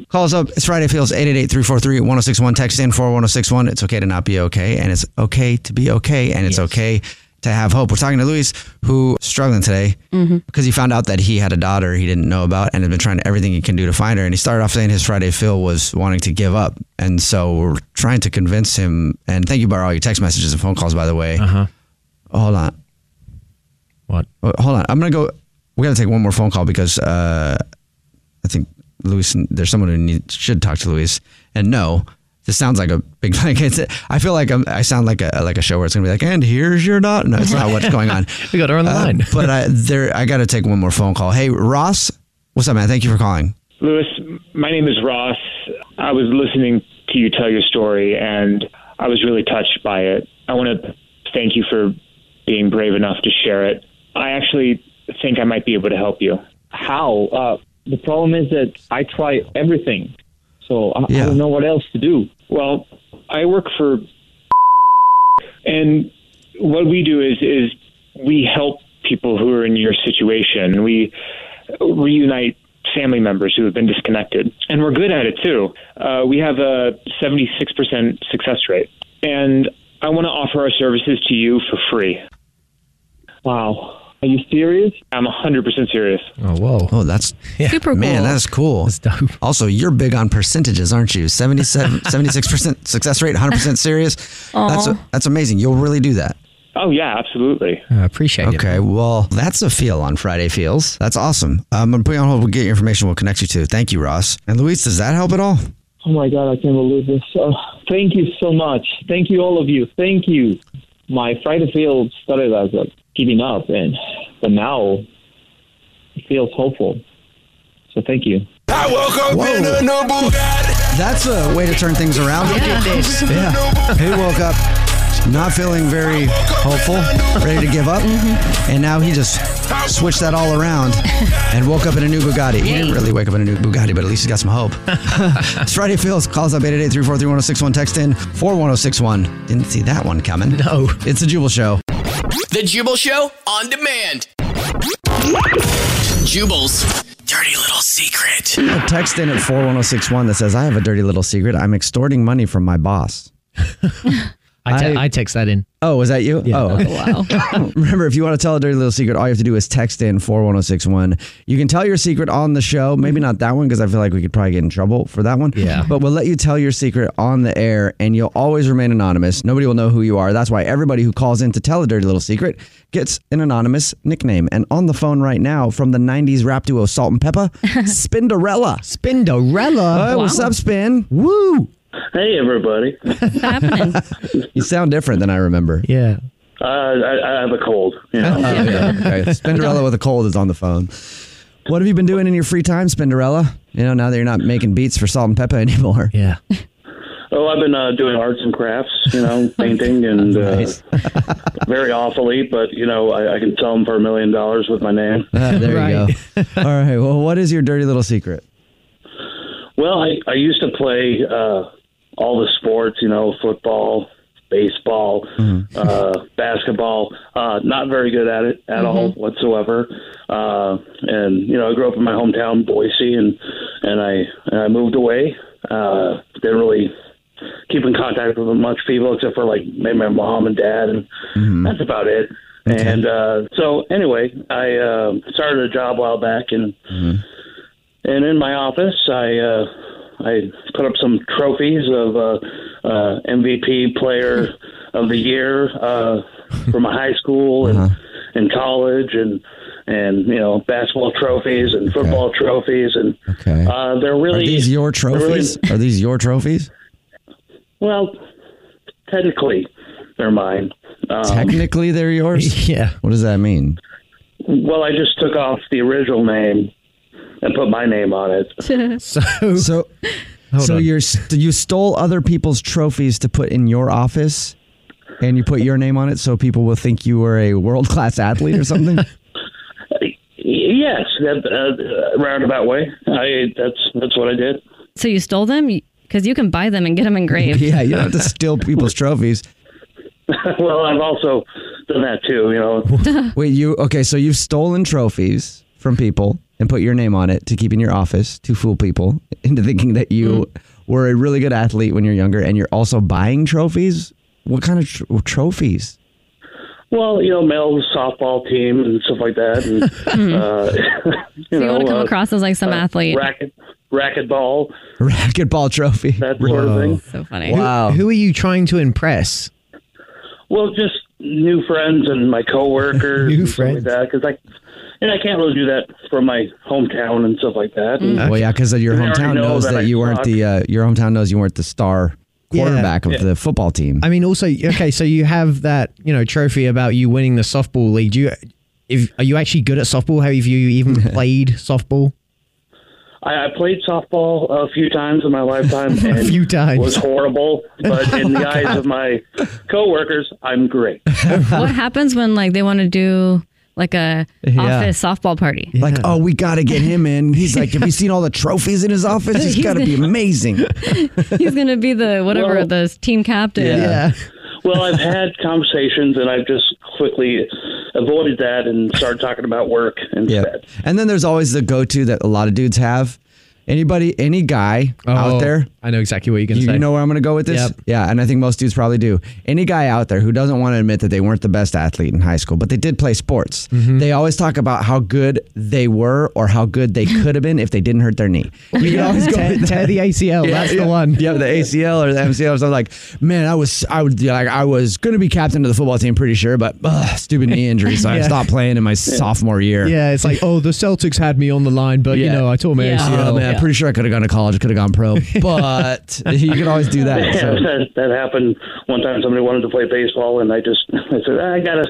[SPEAKER 1] Call us up. It's Friday Feels 888-343-1061. Text in 41061. It's okay to not be okay. And it's okay to be okay. And it's okay to have hope. We're talking to Luis, who is struggling today because he found out that he had a daughter he didn't know about and had been trying everything he can do to find her. And he started off saying his Friday Feel was wanting to give up. And so we're trying to convince him. And thank you about all your text messages and phone calls, by the way. Uh-huh. Hold on. Uh,
[SPEAKER 5] What?
[SPEAKER 1] Hold on. I'm going to go. We got to take one more phone call because uh, I think Luis, there's someone who need, should talk to Luis. And no, this sounds like a big like. It's, I feel like I'm, I sound like a like a show where it's gonna be like, and here's your daughter. No, it's not what's going on.
[SPEAKER 5] we got her on the
[SPEAKER 1] Uh,
[SPEAKER 5] line.
[SPEAKER 1] but I, there, I got to take one more phone call. Hey, Ross, what's up, man? Thank you for calling.
[SPEAKER 16] Lewis, my name is Ross. I was listening to you tell your story and I was really touched by it. I want to thank you for being brave enough to share it. I actually think I might be able to help you.
[SPEAKER 12] How? Uh, the problem is that I try everything, so I, I don't know what else to do.
[SPEAKER 16] Well, I work for and what we do is is we help people who are in your situation. We reunite family members who have been disconnected, and we're good at it too. Uh, we have a seventy six percent success rate, and I want to offer our services to you for free. Wow. Are you serious? I'm 100% serious.
[SPEAKER 5] Oh, whoa.
[SPEAKER 1] Oh, that's
[SPEAKER 16] Super
[SPEAKER 1] Man,
[SPEAKER 16] cool.
[SPEAKER 1] that's cool. That's
[SPEAKER 5] dope.
[SPEAKER 1] Also, you're big on percentages, aren't you? 77, 76% success rate, 100% serious. That's,
[SPEAKER 16] Aw.
[SPEAKER 1] that's amazing. You'll really do that.
[SPEAKER 16] Oh, yeah, absolutely.
[SPEAKER 5] I appreciate
[SPEAKER 1] it. Okay, well, that's a feel on Friday Feels. That's awesome. I'm going to put you on hold. We'll get your information. We'll connect you to. Thank you, Ross. And Luis, does that help at all?
[SPEAKER 12] Oh my God, I can't believe this. Oh, thank you so much. Thank you, all of you. Thank you. My Friday feel started as a giving up, and but now it feels hopeful. So thank you.
[SPEAKER 7] I woke up in a new Bugatti.
[SPEAKER 1] That's a way to turn things around.
[SPEAKER 7] Look at this.
[SPEAKER 1] Yeah. He woke up not feeling very hopeful, ready to give up, and now he just switched that all around and woke up in a new Bugatti. He didn't really wake up in a new Bugatti, but at least he's got some hope. it's Friday Feels. Calls up 888-343-1061. Text in 41061. Didn't see that one coming. No. It's a Jubal Show.
[SPEAKER 6] The Jubal Show on demand. Jubal's dirty little secret.
[SPEAKER 1] A text in at 41061 that says, I have a dirty little secret. I'm extorting money from my boss.
[SPEAKER 5] I, te- I text that in.
[SPEAKER 1] Oh, was that you? Oh, wow. Remember, if you want to tell a dirty little secret, all you have to do is text in 41061. You can tell your secret on the show. Maybe not that one because I feel like we could probably get in trouble for that one. Mm-hmm. Yeah. But we'll let you tell your secret on the air and you'll always remain anonymous. Nobody will know who you are. That's why everybody who calls in to tell a dirty little secret gets an anonymous nickname. And on the phone right now from the 90s rap duo Salt and Peppa, Spinderella. Spinderella. Hey, What's
[SPEAKER 17] Wow.
[SPEAKER 1] up, Spin? Woo.
[SPEAKER 17] Hey, everybody.
[SPEAKER 1] You sound different than I remember. Yeah.
[SPEAKER 17] Uh, I, I have a cold. You know?
[SPEAKER 1] Oh, yeah. Okay. Spinderella with a cold is on the phone. What have you been doing in your free time, Spinderella? You know, now that you're not making beats for Salt and Pepper anymore.
[SPEAKER 5] Yeah.
[SPEAKER 17] Oh, I've been uh, doing arts and crafts, you know, painting and uh, very awfully, but you know, I, I can sell them for a million dollars with my name.
[SPEAKER 1] Ah, there you go. All right. Well, what is your dirty little secret?
[SPEAKER 17] Well, I, I used to play uh, all the sports, you know, football, baseball, uh, basketball. Uh, not very good at it at all whatsoever. Uh, and you know, I grew up in my hometown, Boise, and and I and I moved away. Uh, didn't really keep in contact with much people except for like maybe my mom and dad, and
[SPEAKER 7] Mm-hmm.
[SPEAKER 17] that's about it. And uh, so, anyway, I uh, started a job a while back, and and in my office, I uh, I put up some trophies of uh, uh, MVP player of the year uh, from my high school and
[SPEAKER 1] Uh-huh.
[SPEAKER 17] and college and and you know basketball trophies and football trophies and
[SPEAKER 1] Okay.
[SPEAKER 17] uh, they're really
[SPEAKER 1] Are these your
[SPEAKER 17] they're really-
[SPEAKER 1] trophies? Are these your trophies?
[SPEAKER 17] well, technically, they're mine. Um,
[SPEAKER 1] Technically, they're yours.
[SPEAKER 5] Yeah.
[SPEAKER 1] What does that mean?
[SPEAKER 17] Well, I just took off the original name and put my name on it.
[SPEAKER 1] So, so, so you're st- you stole other people's trophies to put in your office, and you put your name on it so people will think you were a world class athlete or something.
[SPEAKER 17] Yes, that uh, roundabout way. I that's that's what I did.
[SPEAKER 9] So you stole them because you can buy them and get them engraved.
[SPEAKER 1] yeah, you don't have to steal people's trophies.
[SPEAKER 17] well, I've also done that too. You know.
[SPEAKER 1] Wait, you okay? So you've stolen trophies from people and put your name on it to keep in your office to fool people into thinking that you were a really good athlete when you're younger, and you're also buying trophies. What kind of tr- trophies?
[SPEAKER 17] Well, you know, male softball team and stuff like that. And, uh, you
[SPEAKER 9] Hmm. So you
[SPEAKER 17] know,
[SPEAKER 9] want to come
[SPEAKER 17] uh,
[SPEAKER 9] across as like some athlete.
[SPEAKER 17] racket, racquetball,
[SPEAKER 1] racquetball trophy,
[SPEAKER 17] that sort of thing.
[SPEAKER 9] So
[SPEAKER 13] Who, who are you trying to impress?
[SPEAKER 17] Well, just new friends and my coworkers, new and friends, like that because I and I can't really do that from my hometown and stuff like that. And-
[SPEAKER 1] Mm. Well, yeah, because your
[SPEAKER 17] They already
[SPEAKER 1] hometown
[SPEAKER 17] know
[SPEAKER 1] knows
[SPEAKER 17] that
[SPEAKER 1] that,
[SPEAKER 17] I
[SPEAKER 1] you weren't
[SPEAKER 17] suck.
[SPEAKER 1] the uh, your hometown knows you weren't the star
[SPEAKER 13] Yeah.
[SPEAKER 1] quarterback of
[SPEAKER 13] Yeah.
[SPEAKER 1] the football team.
[SPEAKER 13] I mean, also, okay, so you have that, you know, trophy about you winning the softball league. Do you, if, are you actually good at softball? Have you even played softball?
[SPEAKER 17] I, I played softball a few times in my lifetime. And
[SPEAKER 13] A few times.
[SPEAKER 17] was horrible, but in
[SPEAKER 1] Oh
[SPEAKER 17] the eyes of my coworkers, I'm great.
[SPEAKER 9] what happens when like they want to do like a
[SPEAKER 1] Yeah.
[SPEAKER 9] office softball party?
[SPEAKER 1] Like, oh, we got to get him in. He's like, have you seen all the trophies in his office? He's
[SPEAKER 9] He's
[SPEAKER 1] got to be
[SPEAKER 9] the-
[SPEAKER 1] amazing.
[SPEAKER 9] He's gonna be the whatever
[SPEAKER 17] Well-
[SPEAKER 9] the team captain.
[SPEAKER 17] well, I've had conversations, and I've just quickly avoided that and started talking about work instead.
[SPEAKER 1] And then there's always the go-to that a lot of dudes have. Anybody, any guy out there?
[SPEAKER 5] Oh, I know exactly what you're going
[SPEAKER 1] You,
[SPEAKER 5] to say.
[SPEAKER 1] you know where I'm going to go with this?
[SPEAKER 5] Yep.
[SPEAKER 1] Yeah, and I think most dudes probably do. Any guy out there who doesn't want to admit that they weren't the best athlete in high school, but they did play sports,
[SPEAKER 5] Mm-hmm.
[SPEAKER 1] they always talk about how good they were or how good they could have been if they didn't hurt their knee. You can always go
[SPEAKER 13] Tear-
[SPEAKER 1] with
[SPEAKER 13] tear
[SPEAKER 1] that.
[SPEAKER 13] the ACL, that's the one.
[SPEAKER 1] Yeah, the ACL or the MCL or something like, man, I was I would like I was going to be captain of the football team, pretty sure, but ugh, stupid knee injury, so I
[SPEAKER 5] Yeah.
[SPEAKER 1] stopped playing in my sophomore year.
[SPEAKER 5] Yeah, it's like, oh, the Celtics had me on the line, but you know, I tore my ACL.
[SPEAKER 1] Oh, man, I'm pretty sure I could have gone to college, could have gone pro, but you can always do that. so.
[SPEAKER 17] that, that happened one time. Somebody wanted to play baseball, and I just I said "Ah, I got a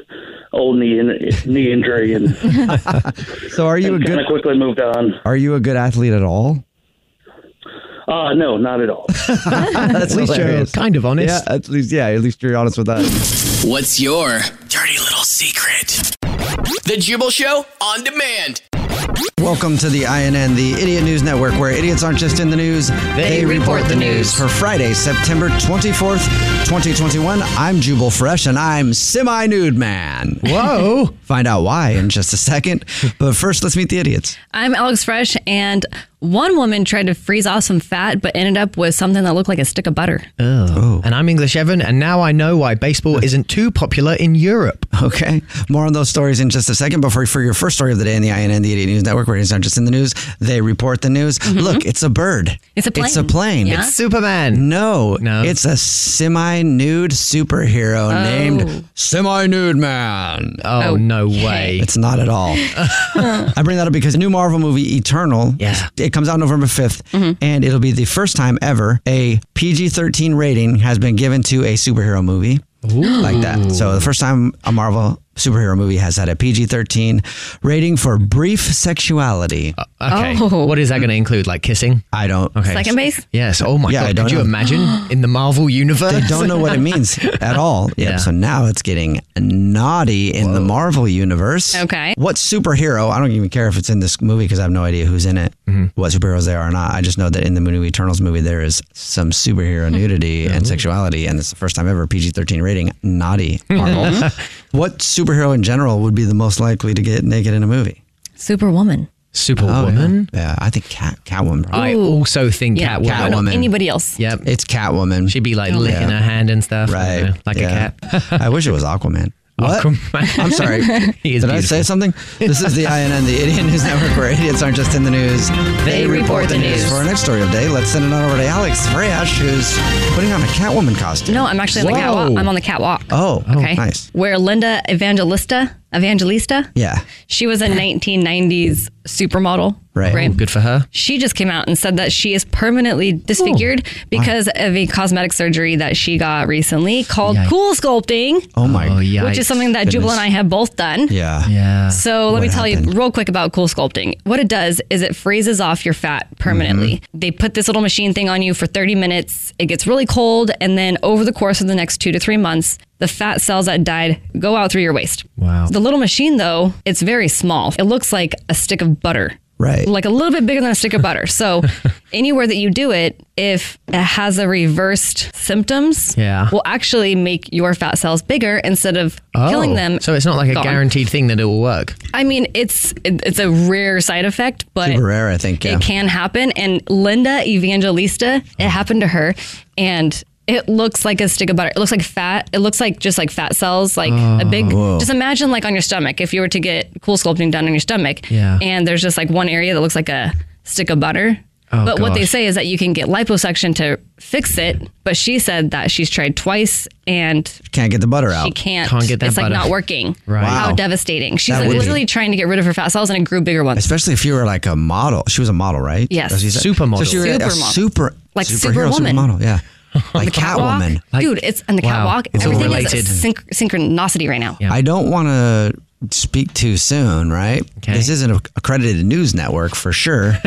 [SPEAKER 17] old knee in, knee injury, and
[SPEAKER 1] So are you a
[SPEAKER 17] kind
[SPEAKER 1] good
[SPEAKER 17] of quickly moved on.
[SPEAKER 1] Are you a good athlete at all?
[SPEAKER 17] Uh, no, not at all.
[SPEAKER 1] That's
[SPEAKER 17] At least you're
[SPEAKER 1] kind of honest. Yeah, at least yeah, at least you're honest with us.
[SPEAKER 6] What's your dirty little secret? The Jubal Show on demand.
[SPEAKER 1] Welcome to the INN, the Idiot News Network, where idiots aren't just in the news, they, report the news. For Friday, September 24th, 2021, I'm Jubal Fresh and I'm semi nude man. Whoa. Find out why in just a second. But first, let's meet the idiots.
[SPEAKER 9] I'm Alex Fresh, and one woman tried to freeze off some fat, but ended up with something that looked like a stick of butter.
[SPEAKER 13] Oh. And I'm English Evan, and now I know why baseball isn't too popular in Europe.
[SPEAKER 1] Okay. More on those stories in just a second. But for, for your first story of the day in the INN, the Idiot News Network, where it's not just in the news, they report the news. Look, it's a bird.
[SPEAKER 9] Mm-hmm. It's a
[SPEAKER 1] It's a
[SPEAKER 9] plane.
[SPEAKER 1] plane.
[SPEAKER 9] Yeah? It's
[SPEAKER 1] Superman. No, no. It's a semi-nude superhero
[SPEAKER 9] Oh.
[SPEAKER 1] named Semi-Nude Man.
[SPEAKER 13] Oh, no way.
[SPEAKER 1] It's not at all. I bring that up because the new Marvel movie Eternal, it comes out November 5th,
[SPEAKER 5] Mm-hmm.
[SPEAKER 1] and it'll be the first time ever a PG 13 rating has been given to a superhero movie like that. So, the first time a Marvel superhero movie has had a PG 13 rating for brief sexuality.
[SPEAKER 5] Uh, Okay.
[SPEAKER 3] Oh.
[SPEAKER 5] What is that going to include? Like kissing?
[SPEAKER 1] I don't.
[SPEAKER 5] Okay.
[SPEAKER 3] Second base?
[SPEAKER 5] Yes. Oh my
[SPEAKER 1] Yeah, I
[SPEAKER 5] god.
[SPEAKER 1] don't
[SPEAKER 5] Could you
[SPEAKER 1] know.
[SPEAKER 5] imagine in the Marvel universe?
[SPEAKER 1] They don't know what it means at
[SPEAKER 5] Oh,
[SPEAKER 1] all. Yep. So now it's getting naughty in the Marvel universe.
[SPEAKER 3] Okay.
[SPEAKER 1] What superhero? I don't even care if it's in this movie because I have no idea who's in it,
[SPEAKER 5] Mm-hmm.
[SPEAKER 1] what superheroes they are or not. I just know that in the movie Eternals movie there is some superhero nudity and sexuality, and it's the first time ever PG thirteen rating. Naughty. Marvel. what superhero in general would be the most likely to get naked in a movie? Oh,
[SPEAKER 3] Superwoman.
[SPEAKER 5] Superwoman.
[SPEAKER 1] yeah. I think Cat Catwoman.
[SPEAKER 5] I also think
[SPEAKER 3] Yeah,
[SPEAKER 5] Catwoman.
[SPEAKER 3] I don't know Anybody else?
[SPEAKER 5] Yep.
[SPEAKER 1] It's Catwoman.
[SPEAKER 5] She'd be like
[SPEAKER 3] Oh,
[SPEAKER 5] licking
[SPEAKER 1] Yeah.
[SPEAKER 5] her hand and stuff.
[SPEAKER 1] Right.
[SPEAKER 5] you know, like a cat.
[SPEAKER 1] I wish it was Aquaman. What?
[SPEAKER 5] Aquaman.
[SPEAKER 1] I'm sorry.
[SPEAKER 5] He is
[SPEAKER 1] Did I
[SPEAKER 5] beautiful.
[SPEAKER 1] say something? This is the INN, the Idiot News Network, where idiots aren't just in the news.
[SPEAKER 3] They report the news.
[SPEAKER 1] For our next story of the day, let's send it on over to Alex Freyash, who's putting on a Catwoman costume.
[SPEAKER 3] No, I'm actually on the
[SPEAKER 1] Whoa.
[SPEAKER 3] catwalk. I'm on the catwalk.
[SPEAKER 1] Oh,
[SPEAKER 3] okay.
[SPEAKER 1] nice.
[SPEAKER 3] Where Linda Evangelista, Evangelista,
[SPEAKER 1] Yeah.
[SPEAKER 3] she was a 1990s supermodel.
[SPEAKER 1] Right. Oh,
[SPEAKER 3] Right.
[SPEAKER 5] Good for her.
[SPEAKER 3] She just came out and said that she is permanently disfigured because of a cosmetic surgery that she got recently called
[SPEAKER 1] Yikes.
[SPEAKER 3] cool sculpting,
[SPEAKER 1] Oh, my
[SPEAKER 5] yeah.
[SPEAKER 3] which is something that Jubal and I have both done.
[SPEAKER 1] Yeah.
[SPEAKER 5] Yeah.
[SPEAKER 3] So let me tell you real quick about cool sculpting. What it does is it freezes off your fat permanently.
[SPEAKER 5] Mm-hmm.
[SPEAKER 3] They put this little machine thing on you for 30 minutes. It gets really cold. And then over the course of the next two to three months, the fat cells that died go out through your waist.
[SPEAKER 5] Wow.
[SPEAKER 3] The little machine, though, it's very small. It looks like a stick of butter.
[SPEAKER 1] Right.
[SPEAKER 3] Like a little bit bigger than a stick of butter. So anywhere that you do it, if it has a reversed symptoms,
[SPEAKER 5] Yeah.
[SPEAKER 3] will actually make your fat cells bigger instead of
[SPEAKER 5] Oh,
[SPEAKER 3] killing them.
[SPEAKER 5] So it's not like a
[SPEAKER 3] Gone.
[SPEAKER 5] guaranteed thing that it will work.
[SPEAKER 3] I mean, it's it's a rare side effect, but
[SPEAKER 1] Super rare, I think. Yeah.
[SPEAKER 3] it can happen. And Linda Evangelista, it happened to her, and it looks like a stick of butter. It looks like fat. It looks like just like fat cells, like a big.
[SPEAKER 1] Oh, Whoa.
[SPEAKER 3] Just imagine like on your stomach if you were to get cool sculpting done on your stomach,
[SPEAKER 1] Yeah.
[SPEAKER 3] and there's just like one area that looks like a stick of butter.
[SPEAKER 5] Oh,
[SPEAKER 3] but what they
[SPEAKER 5] gosh.
[SPEAKER 3] say is that you can get liposuction to fix it. But she said that she's tried twice and
[SPEAKER 1] Can't get the butter out.
[SPEAKER 3] she can't.
[SPEAKER 1] Oh, Can't get that
[SPEAKER 3] it's like
[SPEAKER 1] butter.
[SPEAKER 3] not working.
[SPEAKER 1] Right.
[SPEAKER 3] How
[SPEAKER 1] Wow.
[SPEAKER 3] devastating. She's
[SPEAKER 1] That
[SPEAKER 3] like
[SPEAKER 1] would be-
[SPEAKER 3] literally trying to get rid of her fat cells and it grew bigger ones.
[SPEAKER 1] Especially if you were like a model. She was a model, right?
[SPEAKER 3] Yes.
[SPEAKER 1] That's what you said.
[SPEAKER 3] Supermodel.
[SPEAKER 1] So she was a
[SPEAKER 3] Supermodel.
[SPEAKER 1] super,
[SPEAKER 3] Like
[SPEAKER 1] superhero,
[SPEAKER 3] Superwoman.
[SPEAKER 1] supermodel. Yeah. Like
[SPEAKER 3] Catwalk.
[SPEAKER 1] Catwoman.
[SPEAKER 3] Dude, it's on the
[SPEAKER 1] Wow.
[SPEAKER 3] catwalk.
[SPEAKER 1] It's all
[SPEAKER 3] Everything
[SPEAKER 1] related.
[SPEAKER 3] is synch- synchronicity right now.
[SPEAKER 1] I don't want to speak too soon, right? This isn't a accredited news network for sure,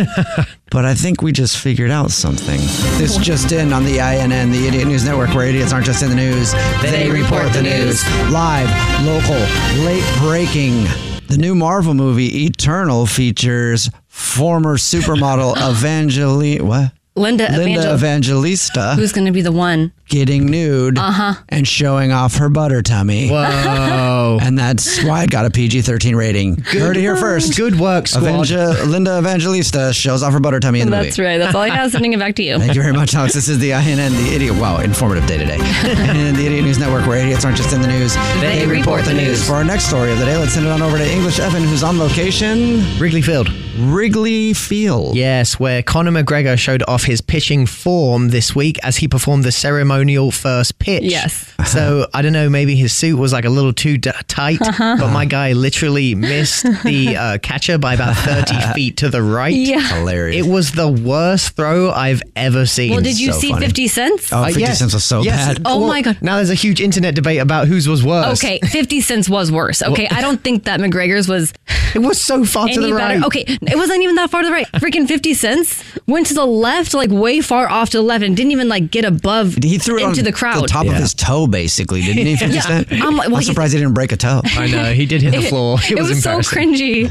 [SPEAKER 1] but I think we just figured out something. This just in on the INN, the Idiot News Network, where idiots aren't just in the news, they, report the news. Live, local, late breaking. The new Marvel movie Eternal features former supermodel Evangeline. What?
[SPEAKER 3] Linda,
[SPEAKER 1] Linda
[SPEAKER 3] Evangel-
[SPEAKER 1] Evangelista.
[SPEAKER 3] Who's going to be the one?
[SPEAKER 1] Getting nude
[SPEAKER 3] Uh-huh.
[SPEAKER 1] and showing off her butter tummy.
[SPEAKER 5] Whoa.
[SPEAKER 1] and that's why it got a PG 13 rating. Good Heard it here
[SPEAKER 5] work.
[SPEAKER 1] first.
[SPEAKER 5] Good work, squad.
[SPEAKER 1] Evangel- Linda Evangelista shows off her butter tummy in the
[SPEAKER 3] That's
[SPEAKER 1] movie.
[SPEAKER 3] right. That's all I have. Sending it back to you.
[SPEAKER 1] Thank you very much, Alex. This is the INN, the idiot. Wow, informative day today. and the Idiot News Network, where idiots aren't just in the news,
[SPEAKER 3] They report the news.
[SPEAKER 1] For our next story of the day, let's send it on over to English Evan, who's on location.
[SPEAKER 5] Wrigley Field.
[SPEAKER 1] Wrigley Field.
[SPEAKER 5] Yes, where Conor McGregor showed off his pitching form this week as he performed the ceremonial first pitch.
[SPEAKER 3] Yes.
[SPEAKER 5] So I don't know, maybe his suit was like a little too d- tight,
[SPEAKER 3] Uh-huh.
[SPEAKER 5] but my guy literally missed the uh, catcher by about 30 feet to the right.
[SPEAKER 3] Yeah.
[SPEAKER 1] Hilarious.
[SPEAKER 5] It was the worst throw I've ever seen.
[SPEAKER 3] Well, did you see 50 cents?
[SPEAKER 5] Uh, yes. Yes.
[SPEAKER 3] Oh
[SPEAKER 5] Well,
[SPEAKER 3] my God.
[SPEAKER 5] Now there's a huge internet debate about whose was worse.
[SPEAKER 3] Okay, 50 cents was worse. Okay, I don't think that McGregor's was.
[SPEAKER 5] It was so far
[SPEAKER 3] any
[SPEAKER 5] to the
[SPEAKER 3] better.
[SPEAKER 5] right.
[SPEAKER 3] Okay, it wasn't even that far to the right. Freaking 50 cents went to the left, like way far off to the left, and didn't even like get above
[SPEAKER 1] He threw it
[SPEAKER 3] into
[SPEAKER 1] on
[SPEAKER 3] the crowd.
[SPEAKER 1] the top of his toe, basically, didn't he?
[SPEAKER 3] Yeah.
[SPEAKER 1] 50 Cent?
[SPEAKER 3] Yeah. I'm
[SPEAKER 1] I'm,
[SPEAKER 3] like, well, he-
[SPEAKER 1] surprised he didn't break a toe.
[SPEAKER 5] I know, he did hit the floor.
[SPEAKER 3] It, was, so cringy.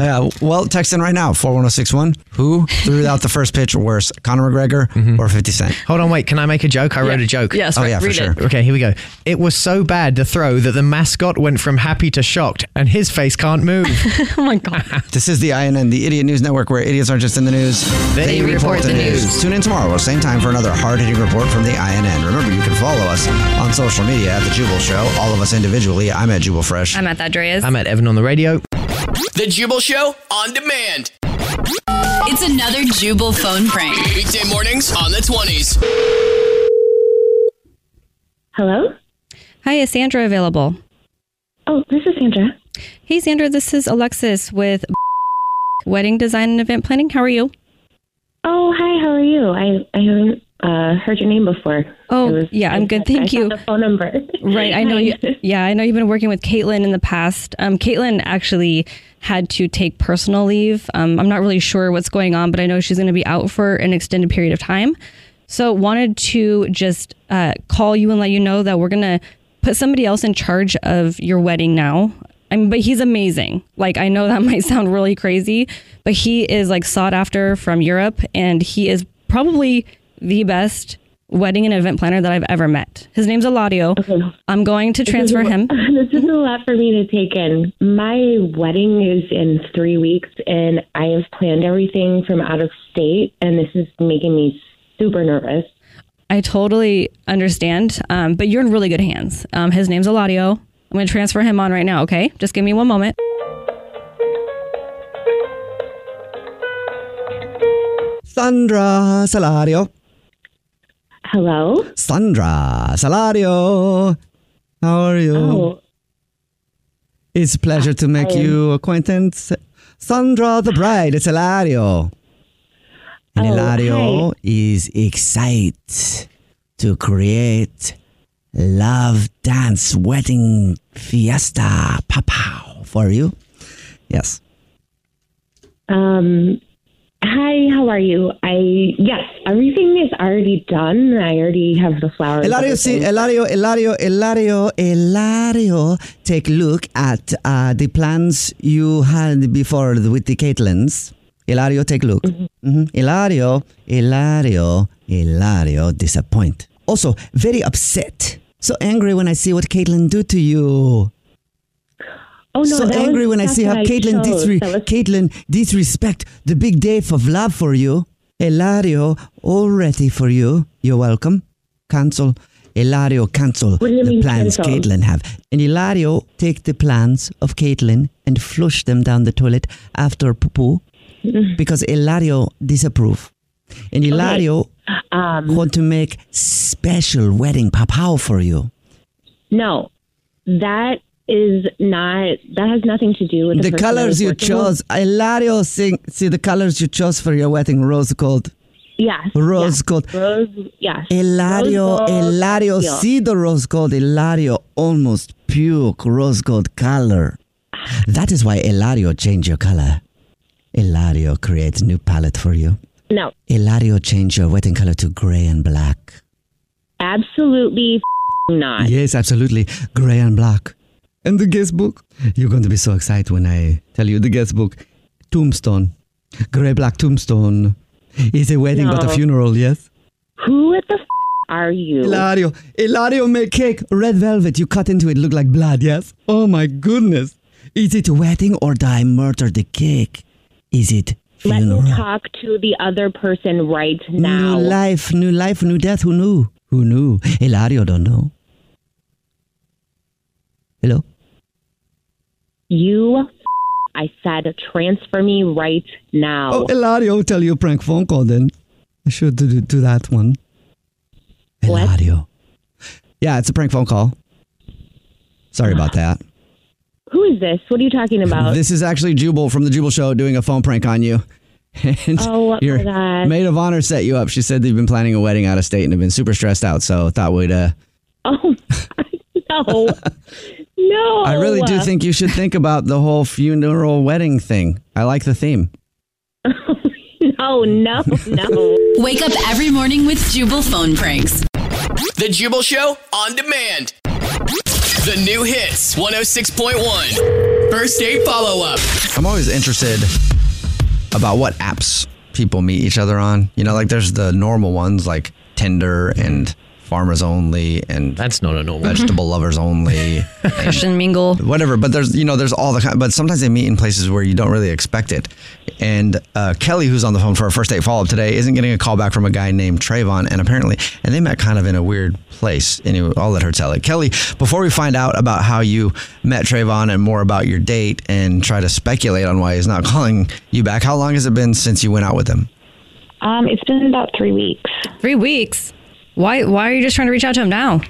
[SPEAKER 1] Yeah, well, text in right now, 41061. Who threw out the first pitch worse, Conor McGregor or 50 Cent?
[SPEAKER 5] Mm-hmm. Hold on, wait. Can I make a joke? I wrote a joke.
[SPEAKER 1] Yes, Oh, re- yeah, for read sure. it.
[SPEAKER 5] Okay, here we go. It was so bad the throw that the mascot went from happy to shocked, and his face can't move.
[SPEAKER 3] oh my god!
[SPEAKER 1] This is the INN, the Idiot News Network, where idiots aren't just in the news.
[SPEAKER 5] They report the news.
[SPEAKER 1] Tune in tomorrow, same time, for another hard hitting report from the INN. Remember, you can follow us on social media at The Jubal Show, all of us individually. I'm at Jubal Fresh.
[SPEAKER 3] I'm at that Dreas.
[SPEAKER 5] I'm at Evan on the radio.
[SPEAKER 6] The Jubal Show on demand.
[SPEAKER 18] It's another Jubal phone prank.
[SPEAKER 6] Weekday mornings on the 20s.
[SPEAKER 3] Hello? Hi, is Sandra available? Oh, this is Sandra. Hey, Sandra, this is Alexis with Wedding Design and Event Planning. How are you?
[SPEAKER 19] Oh, hi. How are you? I I haven't uh, heard your name before.
[SPEAKER 3] Oh,
[SPEAKER 19] It was-
[SPEAKER 3] yeah,
[SPEAKER 19] I-
[SPEAKER 3] I'm good.
[SPEAKER 19] I
[SPEAKER 3] Thank
[SPEAKER 19] saw
[SPEAKER 3] you.
[SPEAKER 19] The phone number.
[SPEAKER 3] Right. I know
[SPEAKER 19] Hi.
[SPEAKER 3] you, yeah, I know you've been working with Caitlin in the past. Um, Caitlin actually had to take personal leave. Um, I'm not really sure what's going on, but I know she's going to be out for an extended period of time. So wanted to just uh, call you and let you know that we're going to put somebody else in charge of your wedding now. I mean, but he's amazing. Like, I know that might sound really crazy, but he is like sought after from Europe and he is probably the best wedding and event planner that I've ever met. His name's Eladio. I'm going to
[SPEAKER 19] This is
[SPEAKER 3] transfer
[SPEAKER 19] a-
[SPEAKER 3] him.
[SPEAKER 19] This is a lot for me to take in. My wedding is in three weeks, and I have planned everything from out of state, and this is making me super nervous.
[SPEAKER 3] I totally understand, um, but you're in really good hands. Um, his name's Eladio. I'm going to transfer him on right now, okay? Just give me one moment.
[SPEAKER 2] Sandra Salario.
[SPEAKER 19] Hello?
[SPEAKER 2] Sandra Salario. How are you?
[SPEAKER 19] Oh.
[SPEAKER 2] It's a pleasure to make
[SPEAKER 19] I am-
[SPEAKER 2] you acquaintance. Sandra the bride, it's Hilario. And
[SPEAKER 19] Oh,
[SPEAKER 2] Hilario is excited to create love dance wedding fiesta pow for you. Yes.
[SPEAKER 19] Um, hi, how are you? I yes, everything is already done. I already have the flowers.
[SPEAKER 2] Eladio, see,
[SPEAKER 19] everything.
[SPEAKER 2] Eladio, Eladio, Eladio, Eladio, take a look at uh, the plans you had before with the Caitlins. Eladio, take a look.
[SPEAKER 19] Mm-hmm.
[SPEAKER 2] Mhm. Eladio, Eladio, Eladio, disappoint. Also, very upset. So angry when I see what Caitlin do to you.
[SPEAKER 19] Oh, no,
[SPEAKER 2] so
[SPEAKER 19] that
[SPEAKER 2] angry
[SPEAKER 19] was-
[SPEAKER 2] when I
[SPEAKER 19] that's
[SPEAKER 2] see how
[SPEAKER 19] what I
[SPEAKER 2] Caitlin,
[SPEAKER 19] chose.
[SPEAKER 2] disre-
[SPEAKER 19] That was-
[SPEAKER 2] Caitlin disrespect the big day of love for you. Eladio, all ready for you. You're welcome. Cancel. Eladio, cancel
[SPEAKER 19] do you
[SPEAKER 2] the
[SPEAKER 19] mean
[SPEAKER 2] plans
[SPEAKER 19] cancel?
[SPEAKER 2] Caitlin have. And Eladio take the plans of Caitlin and flush them down the toilet after poo-poo
[SPEAKER 19] Mm.
[SPEAKER 2] because Eladio disapprove. And Eladio
[SPEAKER 19] Um,
[SPEAKER 2] want to make special wedding papao for you.
[SPEAKER 19] No, that is not. That has nothing to do with the,
[SPEAKER 2] the
[SPEAKER 19] person I
[SPEAKER 2] colors
[SPEAKER 19] was
[SPEAKER 2] you
[SPEAKER 19] working
[SPEAKER 2] chose,
[SPEAKER 19] with.
[SPEAKER 2] Hilario, sing, see the colors you chose for your wedding rose gold.
[SPEAKER 19] Yes,
[SPEAKER 2] Rose gold.
[SPEAKER 19] Rose. Yes. Rose
[SPEAKER 2] Hilario,
[SPEAKER 19] gold
[SPEAKER 2] Hilario,
[SPEAKER 19] teal.
[SPEAKER 2] see the rose gold. Hilario almost puke rose gold color. That is why Hilario change your color. Hilario creates new palette for you.
[SPEAKER 19] No,
[SPEAKER 2] Hilario change your wedding color to gray and black.
[SPEAKER 19] absolutely f***ing not.
[SPEAKER 2] Yes, absolutely. Gray and black. And the guest book. You're going to be so excited when I tell you the guest book. Tombstone. Gray black tombstone. It's a wedding but a
[SPEAKER 19] No.
[SPEAKER 2] funeral, yes?
[SPEAKER 19] Who at the f- are you?
[SPEAKER 2] Hilario. Hilario make cake. Red velvet. You cut into it, look like blood, yes? Oh my goodness. Is it wedding or do I murder the cake? Is it
[SPEAKER 19] Let
[SPEAKER 2] funeral?
[SPEAKER 19] me talk to the other person right now.
[SPEAKER 2] New life, new life, new death. Who knew? Who knew? Hilario don't know. Hello?
[SPEAKER 19] You, f- I said, transfer me right now.
[SPEAKER 2] Oh, Eladio, tell you prank phone call then. I should do, do that one. Eladio. Yeah, it's a prank phone call. Sorry about that.
[SPEAKER 19] Who is this? What are you talking about?
[SPEAKER 2] This is actually Jubal from the Jubal Show doing a phone prank on you. And
[SPEAKER 19] Oh, my
[SPEAKER 2] your
[SPEAKER 19] God.
[SPEAKER 2] maid of honor set you up. She said they've been planning a wedding out of state and have been super stressed out. So thought we'd. Uh,
[SPEAKER 19] oh, no. no.
[SPEAKER 2] I really
[SPEAKER 19] Oh.
[SPEAKER 2] do think you should think about the whole funeral wedding thing. I like the theme.
[SPEAKER 19] No, Oh, no, no.
[SPEAKER 20] Wake up every morning with Jubal phone pranks.
[SPEAKER 6] The Jubal Show on demand. The new hits 106.1. Birthday follow up.
[SPEAKER 2] I'm always interested about what apps people meet each other on. You know, like there's the normal ones like Tinder and Farmers Only and That's not a normal Vegetable Lovers Only.
[SPEAKER 3] Christian Mingle.
[SPEAKER 2] Whatever, but there's you know there's all the kind, but sometimes they meet in places where you don't really expect it. And uh, Kelly, who's on the phone for our first date follow up today, isn't getting a call back from a guy named Trayvon, and apparently, and they met kind of in a weird place. Anyway, I'll let her tell it. Kelly, before we find out about how you met Trayvon and more about your date, and try to speculate on why he's not calling you back, how long has it been since you went out with him?
[SPEAKER 3] Um, it's been about three weeks. Three weeks. Why? Why are you just trying to reach out to him now?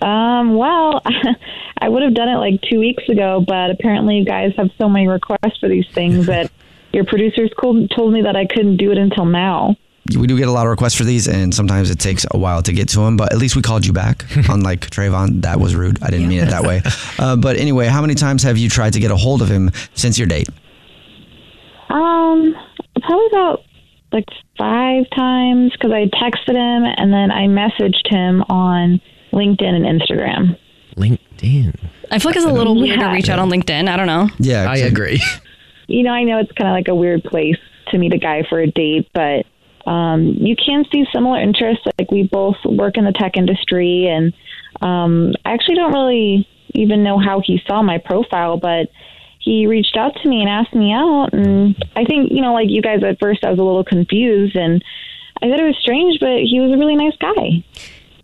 [SPEAKER 21] Um, well, I would have done it like two weeks ago, but apparently you guys have so many requests for these things that your producers cool- told me that I couldn't do it until now.
[SPEAKER 1] we do get a lot of requests for these, and sometimes it takes a while to get to them. But at least we called you back. Unlike Trayvon, that was rude. I didn't mean it that way. Uh, but anyway, how many times have you tried to get a hold of him since your date?
[SPEAKER 21] Um, probably about like five times because I texted him and then I messaged him on LinkedIn and Instagram.
[SPEAKER 5] LinkedIn.
[SPEAKER 9] I feel like it's a little weird to
[SPEAKER 21] Yeah.
[SPEAKER 9] reach out on LinkedIn. I don't know.
[SPEAKER 1] Yeah,
[SPEAKER 5] I agree.
[SPEAKER 21] You know, I know it's kind of like a weird place to meet a guy for a date, but um, you can see similar interests. Like we both work in the tech industry, and um, I actually don't really even know how he saw my profile, but he reached out to me and asked me out, and I think you know, like you guys at first, I was a little confused, and I thought it was strange, but he was a really nice guy.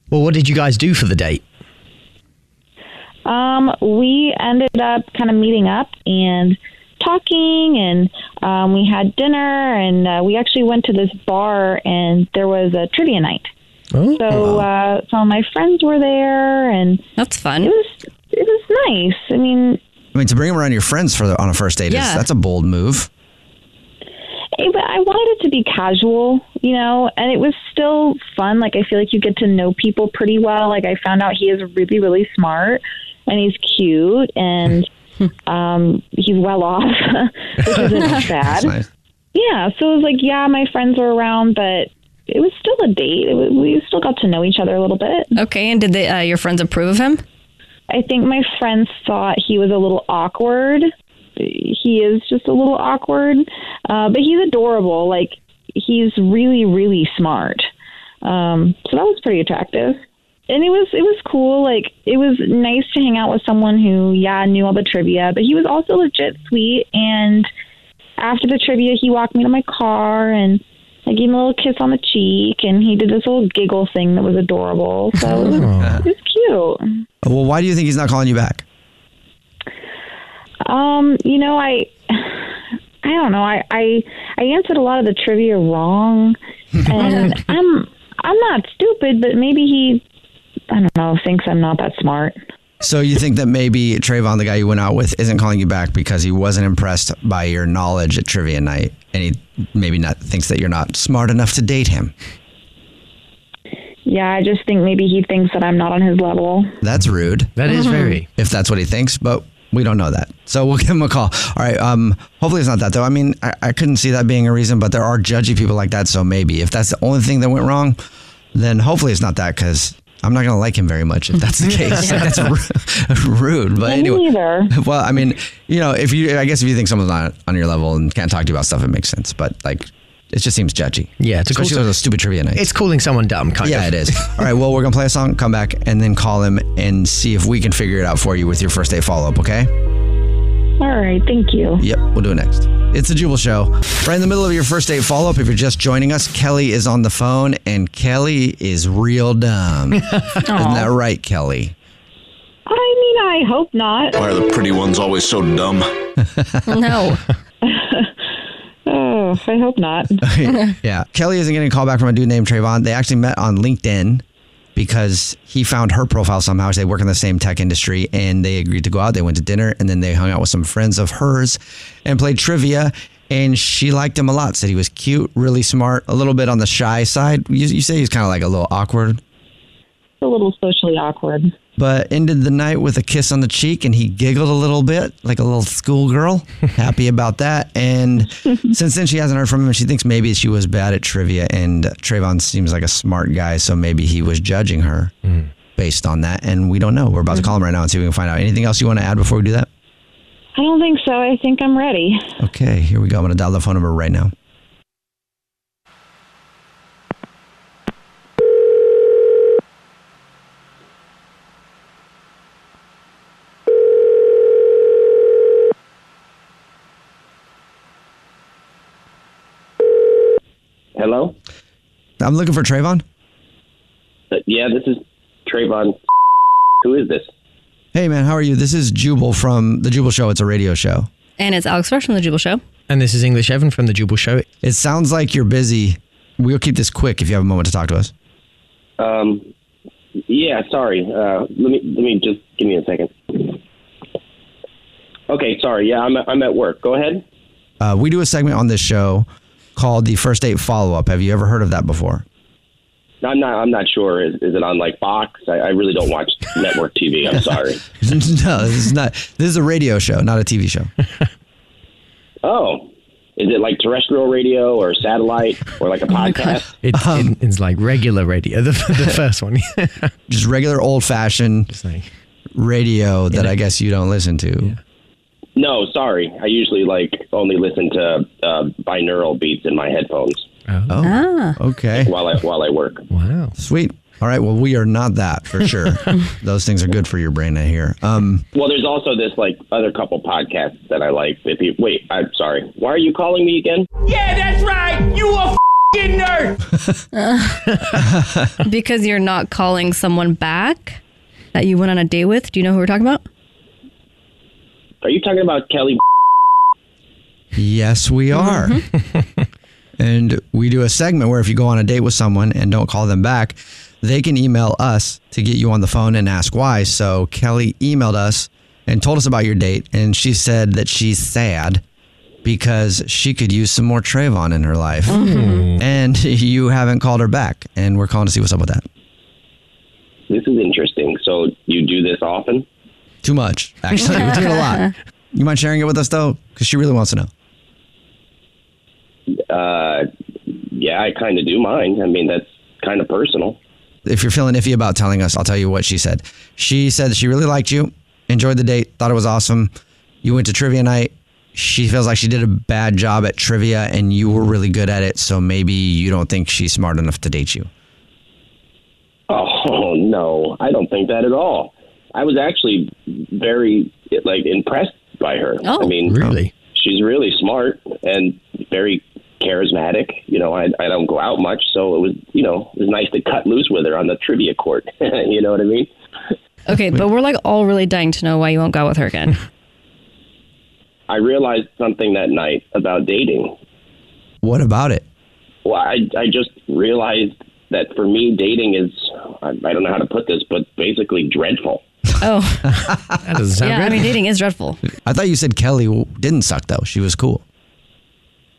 [SPEAKER 5] Well, what did you guys do for the date?
[SPEAKER 21] Um, we ended up kind of meeting up and talking, and um, we had dinner, and uh, we actually went to this bar, and there was a trivia night. so uh, some of my friends were there, and
[SPEAKER 9] that's fun.
[SPEAKER 21] It was it was nice. I mean,
[SPEAKER 1] I mean, to bring him around your friends for the, on a first date
[SPEAKER 21] Yeah.
[SPEAKER 1] is that's a bold move.
[SPEAKER 21] Eh, but I wanted it to be casual, you know, and it was still fun. Like I feel like you get to know people pretty well. Like I found out he is really, really smart and he's cute and
[SPEAKER 9] Hmm.
[SPEAKER 21] um he's well off, which isn't bad. Yeah, so it was like, yeah, my friends were around, but it was still a date. It was, we still got to know each other a little bit.
[SPEAKER 9] Okay, and did they, uh, your friends approve of him?
[SPEAKER 21] I think my friends thought he was a little awkward. He is just a little awkward, uh, but he's adorable. Like he's really, really smart. Um, so that was pretty attractive, and it was it was cool. Like it was nice to hang out with someone who, yeah, knew all the trivia, but he was also legit sweet. And after the trivia, he walked me to my car and. I gave him a little kiss on the cheek, and he did this little giggle thing that was adorable. So it was, it was cute.
[SPEAKER 1] Well, why do you think he's not calling you back?
[SPEAKER 21] Um, you know, I I don't know. I I, I answered a lot of the trivia wrong, and I'm I'm not stupid, but maybe he I don't know thinks I'm not that smart.
[SPEAKER 1] So you think that maybe Trayvon, the guy you went out with, isn't calling you back because he wasn't impressed by your knowledge at trivia night, and he maybe not thinks that you're not smart enough to date him.
[SPEAKER 21] Yeah, I just think maybe he thinks that I'm not on his level.
[SPEAKER 1] That's rude. Mm-hmm.
[SPEAKER 21] That is Mhm. very.
[SPEAKER 1] If that's what he thinks, but we don't know that. So we'll give him a call. All right. Um, hopefully it's not that though. I mean, I, I couldn't see that being a reason, but there are judgy people like that. So maybe if that's the only thing that went wrong, then hopefully it's not that because I'm not going to like him very much if that's the case. Like, that's ru- rude. But anyway. Well, I mean, you know, if you, I guess if you think someone's not on your level and can't talk to you about stuff, it makes sense. But like, it just seems judgy.
[SPEAKER 5] Yeah, it's a cool
[SPEAKER 1] especially
[SPEAKER 5] sto-
[SPEAKER 1] with a stupid trivia night.
[SPEAKER 5] It's calling someone dumb, kind
[SPEAKER 1] yeah, it
[SPEAKER 5] of.
[SPEAKER 1] is. All right. Well, we're gonna play a song, come back, and then call him and see if we can figure it out for you with your first day follow up. Okay.
[SPEAKER 21] All right, thank you.
[SPEAKER 1] Yep, we'll do it next. It's the Jubal Show. Right in the middle of your first date follow up, if you're just joining us, Kelly is on the phone and Kelly is real dumb. Isn't that right, Kelly?
[SPEAKER 21] I mean, I hope not.
[SPEAKER 7] Why are the pretty ones always so dumb?
[SPEAKER 21] No. oh, I hope not.
[SPEAKER 1] yeah. Kelly isn't getting a call back from a dude named Trayvon. They actually met on LinkedIn because he found her profile somehow. They work in the same tech industry and they agreed to go out. They went to dinner and then they hung out with some friends of hers and played trivia. And she liked him a lot, said he was cute, really smart, a little bit on the shy side. You, you say he's kind of like a little awkward,
[SPEAKER 21] a little socially awkward.
[SPEAKER 1] but ended the night with a kiss on the cheek and he giggled a little bit like a little schoolgirl happy about that and since then she hasn't heard from him and she thinks maybe she was bad at trivia and Trayvon seems like a smart guy so maybe he was judging her based on that and we don't know we're about to call him right now and see if we can find out anything else you want to add before we do that
[SPEAKER 21] I don't think so. I think I'm ready.
[SPEAKER 1] okay here we go I'm gonna dial the phone number right now
[SPEAKER 22] Hello?
[SPEAKER 1] I'm looking for Trayvon
[SPEAKER 22] Uh, Yeah, this is Trayvon. Who is this?
[SPEAKER 1] hey man how are you this is Jubal from the Jubal show it's a radio show
[SPEAKER 9] And it's Alex Rush from The Jubal Show.
[SPEAKER 1] And this is English Evan from The Jubal Show. It sounds like you're busy. We'll keep this quick if you have a moment to talk to us.
[SPEAKER 22] Um, yeah, sorry. Uh, let me let me just give me a second. Okay, sorry. Yeah, I'm I'm at work. Go ahead.
[SPEAKER 1] Uh, we do a segment on this show called the first date follow up. Have you ever heard of that before?
[SPEAKER 22] I'm not. I'm not sure. Is, is it on like Fox? I, I really don't watch network TV. I'm sorry.
[SPEAKER 1] no, this is not. This is a radio show, not a TV show.
[SPEAKER 22] Oh, is it like terrestrial radio or satellite or like a podcast?
[SPEAKER 13] It,
[SPEAKER 1] Um,
[SPEAKER 13] it- it's like regular radio. The, the first one.
[SPEAKER 1] Just regular old fashioned radio that I guess you don't listen to.
[SPEAKER 22] No, sorry. I usually like only listen to uh, binaural beats in my headphones
[SPEAKER 1] Oh.
[SPEAKER 22] Ah.
[SPEAKER 1] Okay.
[SPEAKER 22] while I while I work.
[SPEAKER 1] Wow. Sweet. All right. Well, we are not that for sure. Those things are good for your brain, I hear. Um,
[SPEAKER 22] Well, there's also this like other couple podcasts that I like. If you wait, I'm sorry. Why are you calling me again?
[SPEAKER 7] Yeah, that's right. You a fing nerd.
[SPEAKER 9] because you're not calling someone back that you went on a date with. Do you know who we're talking about?
[SPEAKER 22] Are you talking about Kelly?
[SPEAKER 1] yes, we are. and we do a segment where if you go on a date with someone and don't call them back, they can email us to get you on the phone and ask why. So Kelly emailed us and told us about your date, and she said that she's sad because she could use some more Trayvon in her life,
[SPEAKER 22] Mhm.
[SPEAKER 1] and you haven't called her back, and we're calling to see what's up with that.
[SPEAKER 22] This is interesting. So you do this often?
[SPEAKER 1] Too much, actually. We do it a lot. You mind sharing it with us though, because she really wants to know.
[SPEAKER 22] Uh, yeah, I kind of do mind. I mean, that's kind of personal.
[SPEAKER 1] If you're feeling iffy about telling us, I'll tell you what she said. She said that she really liked you, enjoyed the date, thought it was awesome. You went to trivia night. She feels like she did a bad job at trivia, and you were really good at it. So maybe you don't think she's smart enough to date you.
[SPEAKER 22] Oh no, I don't think that at all. I was actually very like impressed by her.
[SPEAKER 7] Oh.
[SPEAKER 22] I mean, really, she's really smart and very charismatic. You know, I I don't go out much, so it was you know it was nice to cut loose with her on the trivia court. you know what I mean?
[SPEAKER 9] Okay, but we're like all really dying to know why you won't go out with her again.
[SPEAKER 22] I realized something that night about dating.
[SPEAKER 1] What about it?
[SPEAKER 22] Well, I I just realized that for me, dating is I, I don't know how to put this, but basically dreadful.
[SPEAKER 9] Oh,
[SPEAKER 1] That
[SPEAKER 9] yeah. I mean, dating is dreadful.
[SPEAKER 1] I thought you said Kelly didn't suck though. She was cool.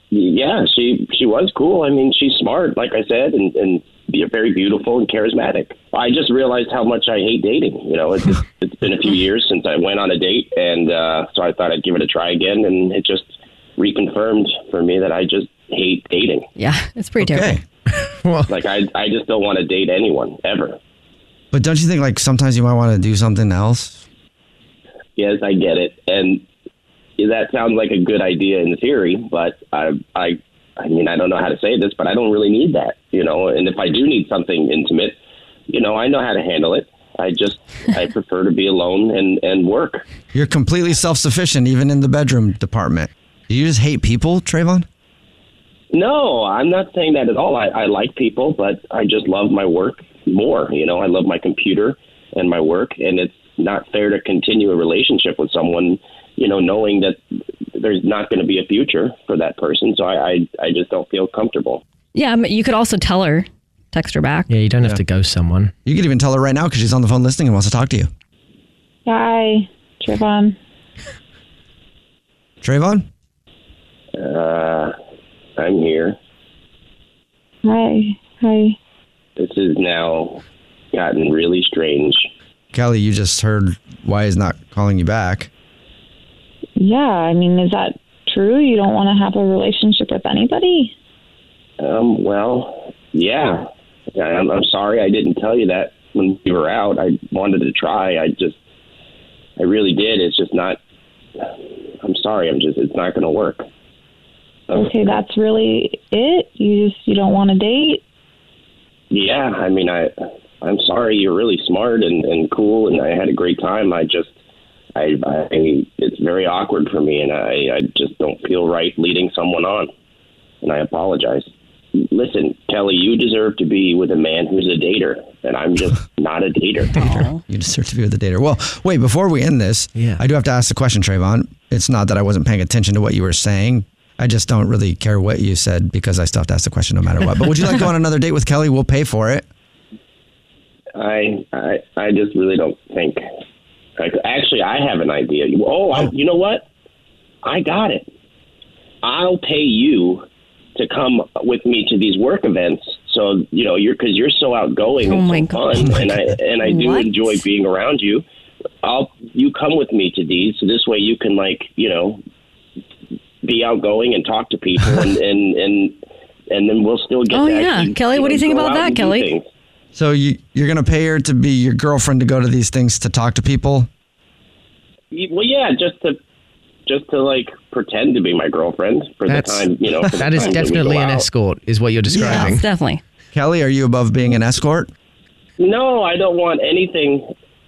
[SPEAKER 22] yeah, she she was cool. I mean, she's smart, like I said, and and be- very beautiful and charismatic. I just realized how much I hate dating. You know, it's it's been a few years since I went on a date, and uh, so I thought I'd give it a try again, and it just reconfirmed for me that I just hate dating.
[SPEAKER 9] Yeah, it's pretty terrible.
[SPEAKER 22] like I I just don't want to date anyone ever.
[SPEAKER 1] But don't you think like sometimes you might want to do something else?
[SPEAKER 22] Yes, I get it, and that sounds like a good idea in theory, but I, I, I mean, I don't know how to say this, but I don't really need that, you know. And if I do need something intimate, you know, I know how to handle it. I just, I prefer to be alone and and work.
[SPEAKER 1] You're completely self sufficient, even in the bedroom department. Do you just hate people, Trayvon?
[SPEAKER 22] No, I'm not saying that at all. I, I like people, but I just love my work more. You know, I love my computer and my work, and it's not fair to continue a relationship with someone, you know, knowing that there's not going to be a future for that person. So I, I, I just don't feel comfortable.
[SPEAKER 9] Yeah, I
[SPEAKER 3] um,
[SPEAKER 9] mean, you could also tell her, text her back.
[SPEAKER 13] Yeah, you don't have to ghost someone.
[SPEAKER 1] You could even tell her right now because she's on the phone listening and wants to talk to you.
[SPEAKER 21] Hi, Trayvon.
[SPEAKER 1] Trayvon?
[SPEAKER 22] Uh, I'm here.
[SPEAKER 21] Hi. Hi.
[SPEAKER 22] This has now gotten really strange.
[SPEAKER 1] Kelly, you just heard why he's not calling you back.
[SPEAKER 21] Yeah, I mean, is that true? You don't want to have a relationship with anybody?
[SPEAKER 22] Um, well, yeah. I, I'm, I'm sorry I didn't tell you that when we were out. I wanted to try. I just, I really did. It's just not, I'm sorry. I'm just, it's not going to work.
[SPEAKER 21] Okay, that's really it. You just you don't want to date.
[SPEAKER 22] Yeah. I mean, I, I'm sorry. You're really smart and, and cool. And I had a great time. I just, I, I, it's very awkward for me. And I, I just don't feel right leading someone on. And I apologize. Listen, Kelly, you deserve to be with a man who's a dater. And I'm just not a dater.
[SPEAKER 5] Uh-huh.
[SPEAKER 1] You deserve to be with the dater. Well, wait, before we end this, yeah. I do have to ask the question, Trayvon. It's not that I wasn't paying attention to what you were saying. I just don't really care what you said because I still have to ask the question no matter what. But would you like to go on another date with Kelly? We'll pay for it.
[SPEAKER 22] I, I I just really don't think. Like, actually, I have an idea. You- Oh, I, you know what? I got it. I'll pay you to come with me to these work events. So you know, you're because you're so outgoing
[SPEAKER 3] Oh
[SPEAKER 22] and
[SPEAKER 3] my
[SPEAKER 22] so
[SPEAKER 3] God.
[SPEAKER 22] fun,
[SPEAKER 3] Oh my
[SPEAKER 22] and I
[SPEAKER 3] God.
[SPEAKER 22] and I do
[SPEAKER 3] What?
[SPEAKER 22] enjoy being around you. I'll you come with me to these, so this way you can like you know be outgoing and talk to people, and and and, and then we'll still get.
[SPEAKER 3] Oh,
[SPEAKER 22] to
[SPEAKER 3] yeah.
[SPEAKER 22] actually,
[SPEAKER 3] Kelly, what do you think
[SPEAKER 22] go
[SPEAKER 3] about
[SPEAKER 22] out
[SPEAKER 3] that,
[SPEAKER 22] and do
[SPEAKER 3] Kelly?
[SPEAKER 22] things.
[SPEAKER 1] So you you're gonna pay her to be your girlfriend to go to these things to talk to people?
[SPEAKER 22] Y- Well, yeah, just to just to like pretend to be my girlfriend for the time you know. for the
[SPEAKER 5] that is
[SPEAKER 22] time we go
[SPEAKER 5] definitely an
[SPEAKER 22] out.
[SPEAKER 5] escort, is what you're describing.
[SPEAKER 3] definitely.
[SPEAKER 1] Kelly, are you above being an escort?
[SPEAKER 22] No, I don't want anything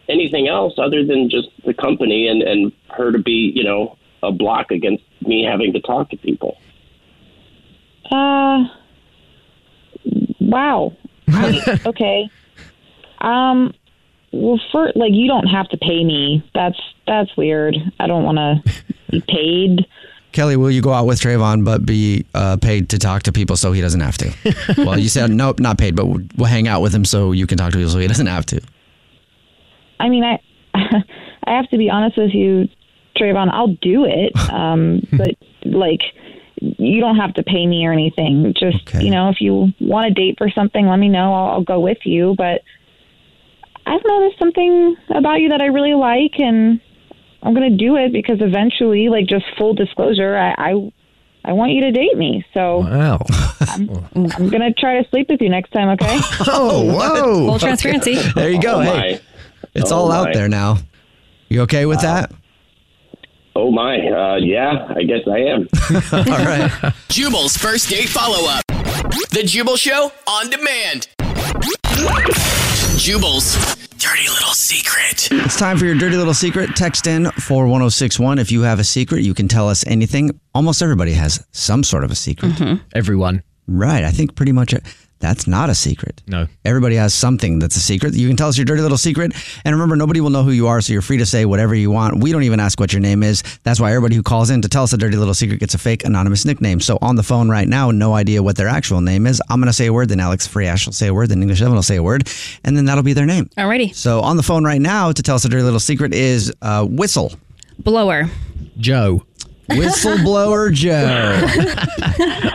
[SPEAKER 22] anything else other than just the company and and her to be you know a block against me having to talk to people.
[SPEAKER 21] Uh, wow. I- okay. Um. Well, for like, you don't have to pay me. That's that's weird. I don't want to be paid.
[SPEAKER 1] Kelly, will you go out with Trayvon but be uh, paid to talk to people so he doesn't have to? well, you said nope, not paid, but we'll we'll hang out with him so you can talk to people so he doesn't have to.
[SPEAKER 21] I mean, I I have to be honest with you, Trayvon. I'll do it. Um, but like, you don't have to pay me or anything. Just you know, if you want a date for something, let me know. I'll, I'll go with you. But I don't know. There's something about you that I really like, and I'm gonna do it because eventually, like, just full disclosure, I. I I want you to date me, so
[SPEAKER 13] wow.
[SPEAKER 21] I'm, I'm gonna try to sleep with you next time, okay?
[SPEAKER 1] Oh, whoa.
[SPEAKER 21] Full transparency.
[SPEAKER 1] There you go.
[SPEAKER 21] Oh,
[SPEAKER 1] hey, it's
[SPEAKER 22] Oh,
[SPEAKER 1] all out
[SPEAKER 22] my.
[SPEAKER 1] there now. You okay with that?
[SPEAKER 22] Oh my, uh, yeah, I guess I am.
[SPEAKER 1] all right.
[SPEAKER 6] Jubal's first date follow up. The Jubal Show on demand. Jubal's dirty little secret.
[SPEAKER 1] It's time for your dirty little secret. Text in 41061. If you have a secret, you can tell us anything. Almost everybody has some sort of a secret.
[SPEAKER 13] Everyone.
[SPEAKER 1] Right. I think pretty much uh, that's not a secret.
[SPEAKER 13] No.
[SPEAKER 1] Everybody has something that's a secret. You can tell us your dirty little secret. And remember, nobody will know who you are, so you're free to say whatever you want. We don't even ask what your name is. That's why everybody who calls in to tell us a dirty little secret gets a fake anonymous nickname. So on the phone right now, no idea what their actual name is. I'm going to say a word, then Alex Freash will say a word, then English Evan will say a word, and then that'll be their name.
[SPEAKER 3] Alrighty.
[SPEAKER 1] So on the phone right now to tell us a dirty little secret is uh, Whistle.
[SPEAKER 3] Blower.
[SPEAKER 1] Joe. Whistleblower Joe.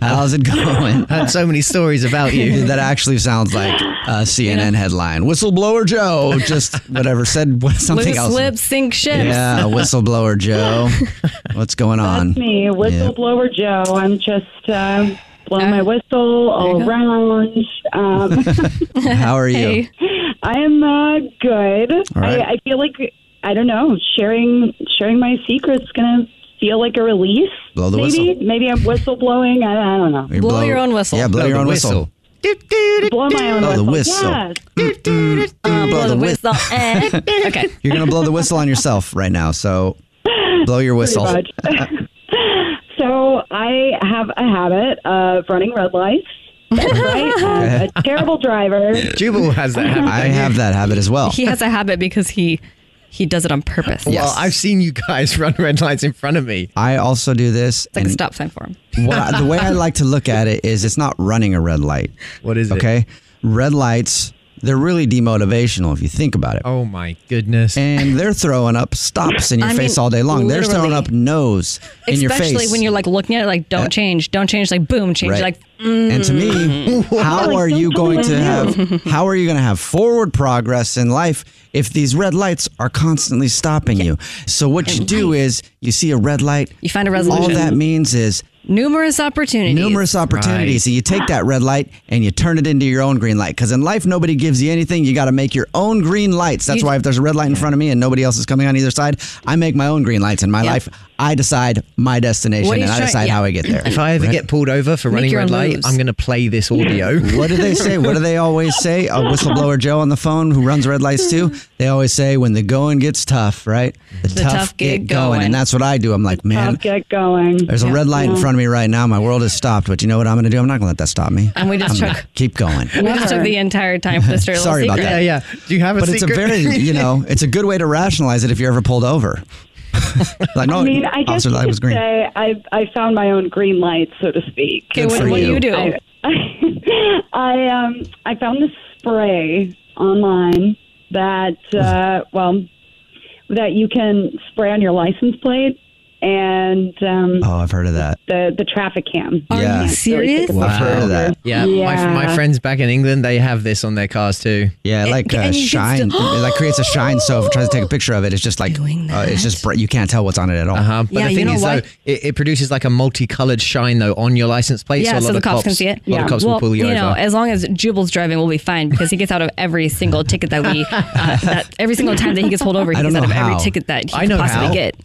[SPEAKER 1] How's it going?
[SPEAKER 5] I had so many stories about you.
[SPEAKER 1] Dude, that actually sounds like a CNN headline. Whistleblower Joe, just whatever, said what- something
[SPEAKER 3] Loose
[SPEAKER 1] else.
[SPEAKER 3] lips sink ships.
[SPEAKER 1] Yeah, whistleblower Joe. What's going on?
[SPEAKER 23] That's me, whistleblower Joe. I'm just uh, blowing my whistle all around. Um,
[SPEAKER 1] How are you? Hey.
[SPEAKER 23] I am uh, good.
[SPEAKER 1] All right.
[SPEAKER 23] I, I feel like I don't know sharing sharing my secrets gonna feel like a release.
[SPEAKER 1] Blow the
[SPEAKER 23] maybe
[SPEAKER 1] whistle.
[SPEAKER 23] maybe I'm whistle blowing. I, I don't know.
[SPEAKER 1] You blow- Yeah, blow, your own whistle.
[SPEAKER 23] Blow my own
[SPEAKER 1] Blow the
[SPEAKER 23] whistle.
[SPEAKER 1] whistle. Mm,
[SPEAKER 23] Yes.
[SPEAKER 1] blow blow the the whistle. Eh.
[SPEAKER 23] okay.
[SPEAKER 1] You're going to blow the whistle on yourself right now, so blow your whistle.
[SPEAKER 23] Pretty So I have a habit of running red lights. That's right. I'm Uh, a terrible driver.
[SPEAKER 5] Jubal has that habit.
[SPEAKER 1] I have that habit as well.
[SPEAKER 3] He has a habit because he he does it on purpose.
[SPEAKER 5] Well, I've seen you guys run red lights in front of me.
[SPEAKER 1] I also do this.
[SPEAKER 3] It's like a
[SPEAKER 1] and-
[SPEAKER 3] stop sign for him.
[SPEAKER 1] what I- the way I like to look at it is it's not running a red light.
[SPEAKER 5] What is
[SPEAKER 1] it? Okay. Red lights, they're really demotivational if you think about it.
[SPEAKER 5] Oh my goodness.
[SPEAKER 1] And they're throwing up stops in your
[SPEAKER 3] I
[SPEAKER 1] face
[SPEAKER 3] mean,
[SPEAKER 1] all day long. They're
[SPEAKER 3] literally.
[SPEAKER 1] throwing up nose in your face.
[SPEAKER 3] Especially when you're like looking at it, like don't change, don't change, like boom, change.
[SPEAKER 1] Right.
[SPEAKER 3] Like, mm.
[SPEAKER 1] and to me,
[SPEAKER 3] Mm-hmm.
[SPEAKER 1] how are you going to have how are you going to have forward progress in life if these red lights are constantly stopping you? So what you do is you see a red light,
[SPEAKER 3] You find a resolution.
[SPEAKER 1] All that means is
[SPEAKER 3] numerous opportunities.
[SPEAKER 1] numerous opportunities and you take that red light and you turn it into your own green light because in life nobody gives you anything you got to make your own green lights that's
[SPEAKER 3] You-
[SPEAKER 1] why if there's a red light in front of me and nobody else is coming on either side i make my own green lights in my
[SPEAKER 3] Yeah.
[SPEAKER 1] life i decide my destination
[SPEAKER 5] What are you
[SPEAKER 1] and i
[SPEAKER 5] trying-
[SPEAKER 1] decide
[SPEAKER 5] yeah.
[SPEAKER 1] how i get there
[SPEAKER 5] If I ever get pulled over for
[SPEAKER 1] Make
[SPEAKER 5] running
[SPEAKER 1] your
[SPEAKER 5] red
[SPEAKER 1] own
[SPEAKER 5] light,
[SPEAKER 1] moves.
[SPEAKER 5] I'm going to play this audio.
[SPEAKER 1] what do they say? What do they always say? A whistleblower Joe on the phone who runs red lights too. They always say when the going gets tough, right? The,
[SPEAKER 23] The tough get going.
[SPEAKER 1] and that's what I do. I'm like, man,
[SPEAKER 23] I'll get going.
[SPEAKER 1] there's a red light in front of me right now. My world is stopped, but you know what I'm going to do? I'm not going to let that stop me.
[SPEAKER 3] And we just
[SPEAKER 1] I'm gonna
[SPEAKER 3] took-
[SPEAKER 1] keep going.
[SPEAKER 3] We just took the entire time for this dirty little
[SPEAKER 1] Sorry about
[SPEAKER 3] secret.
[SPEAKER 1] that.
[SPEAKER 5] Do you have
[SPEAKER 3] a
[SPEAKER 1] But it's a
[SPEAKER 3] secret?
[SPEAKER 1] very, you know, it's a good way to rationalize it if you're ever pulled over. like, no,
[SPEAKER 23] I mean, I guess
[SPEAKER 1] officer,
[SPEAKER 23] you
[SPEAKER 1] light
[SPEAKER 23] could
[SPEAKER 1] was green.
[SPEAKER 23] say I I found my own green light, so to speak.
[SPEAKER 1] Okay, Good what- for what do you. you do?
[SPEAKER 23] I, I um I found this spray online that uh, well that you can spray on your license plate, and um,
[SPEAKER 1] Oh, I've heard of that.
[SPEAKER 23] the the traffic cam.
[SPEAKER 1] yeah. I've heard of that.
[SPEAKER 5] Yeah, My, my friends back in England, they have this on their cars too.
[SPEAKER 1] Yeah, like uh, shine, it like creates a shine. So if it tries to take a picture of it, it's just like uh, it's just bright. You can't tell what's on it at all. Uh-huh.
[SPEAKER 5] But the thing is, though, it, it produces like a multicolored shine though on your license plate.
[SPEAKER 3] yeah,
[SPEAKER 5] so, a lot
[SPEAKER 3] so the
[SPEAKER 5] of
[SPEAKER 3] cops, can see it.
[SPEAKER 5] A lot of cops
[SPEAKER 3] well,
[SPEAKER 5] will pull you, over.
[SPEAKER 3] know, as long as Jubal's driving, we'll be fine because he gets out of every single ticket that we, uh, that every single time that he gets pulled over, he gets out of every ticket that he could possibly get.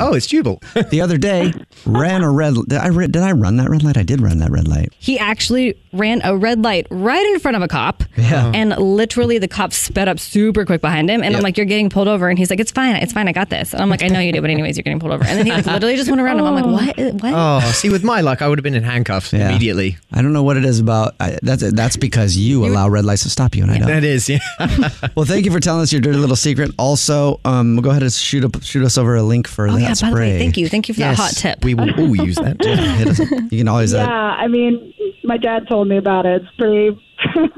[SPEAKER 1] oh,
[SPEAKER 5] it's Jubal.
[SPEAKER 1] the other day, ran a red. Did I re- did I run that red light? I did run that red light.
[SPEAKER 3] He actually ran a red light right in front of a cop.
[SPEAKER 1] Yeah.
[SPEAKER 3] And literally the cop sped up super quick behind him. And I'm
[SPEAKER 1] Yep.
[SPEAKER 3] like, you're getting pulled over. And he's like, it's fine. It's fine. I got this. And I'm like, I know you did. But anyways, you're getting pulled over. And then he like literally just went around him. I'm like, what? What?
[SPEAKER 5] Oh, see, with my luck, I would have been in handcuffs immediately.
[SPEAKER 1] I don't know what it is about. I, that's that's because you allow red lights to stop you, and I don't.
[SPEAKER 5] That is, yeah.
[SPEAKER 1] well, thank you for telling us your dirty little secret. Also, um, we'll go ahead and shoot up, shoot us over a link for
[SPEAKER 3] Oh,
[SPEAKER 1] that
[SPEAKER 3] yeah, by the
[SPEAKER 1] spray.
[SPEAKER 3] way, thank you. Thank you for that hot tip.
[SPEAKER 5] We will all use that.
[SPEAKER 1] Yeah, hit us up. You can always.
[SPEAKER 23] Yeah,
[SPEAKER 1] uh,
[SPEAKER 23] I mean, my dad told me about it. It's pretty.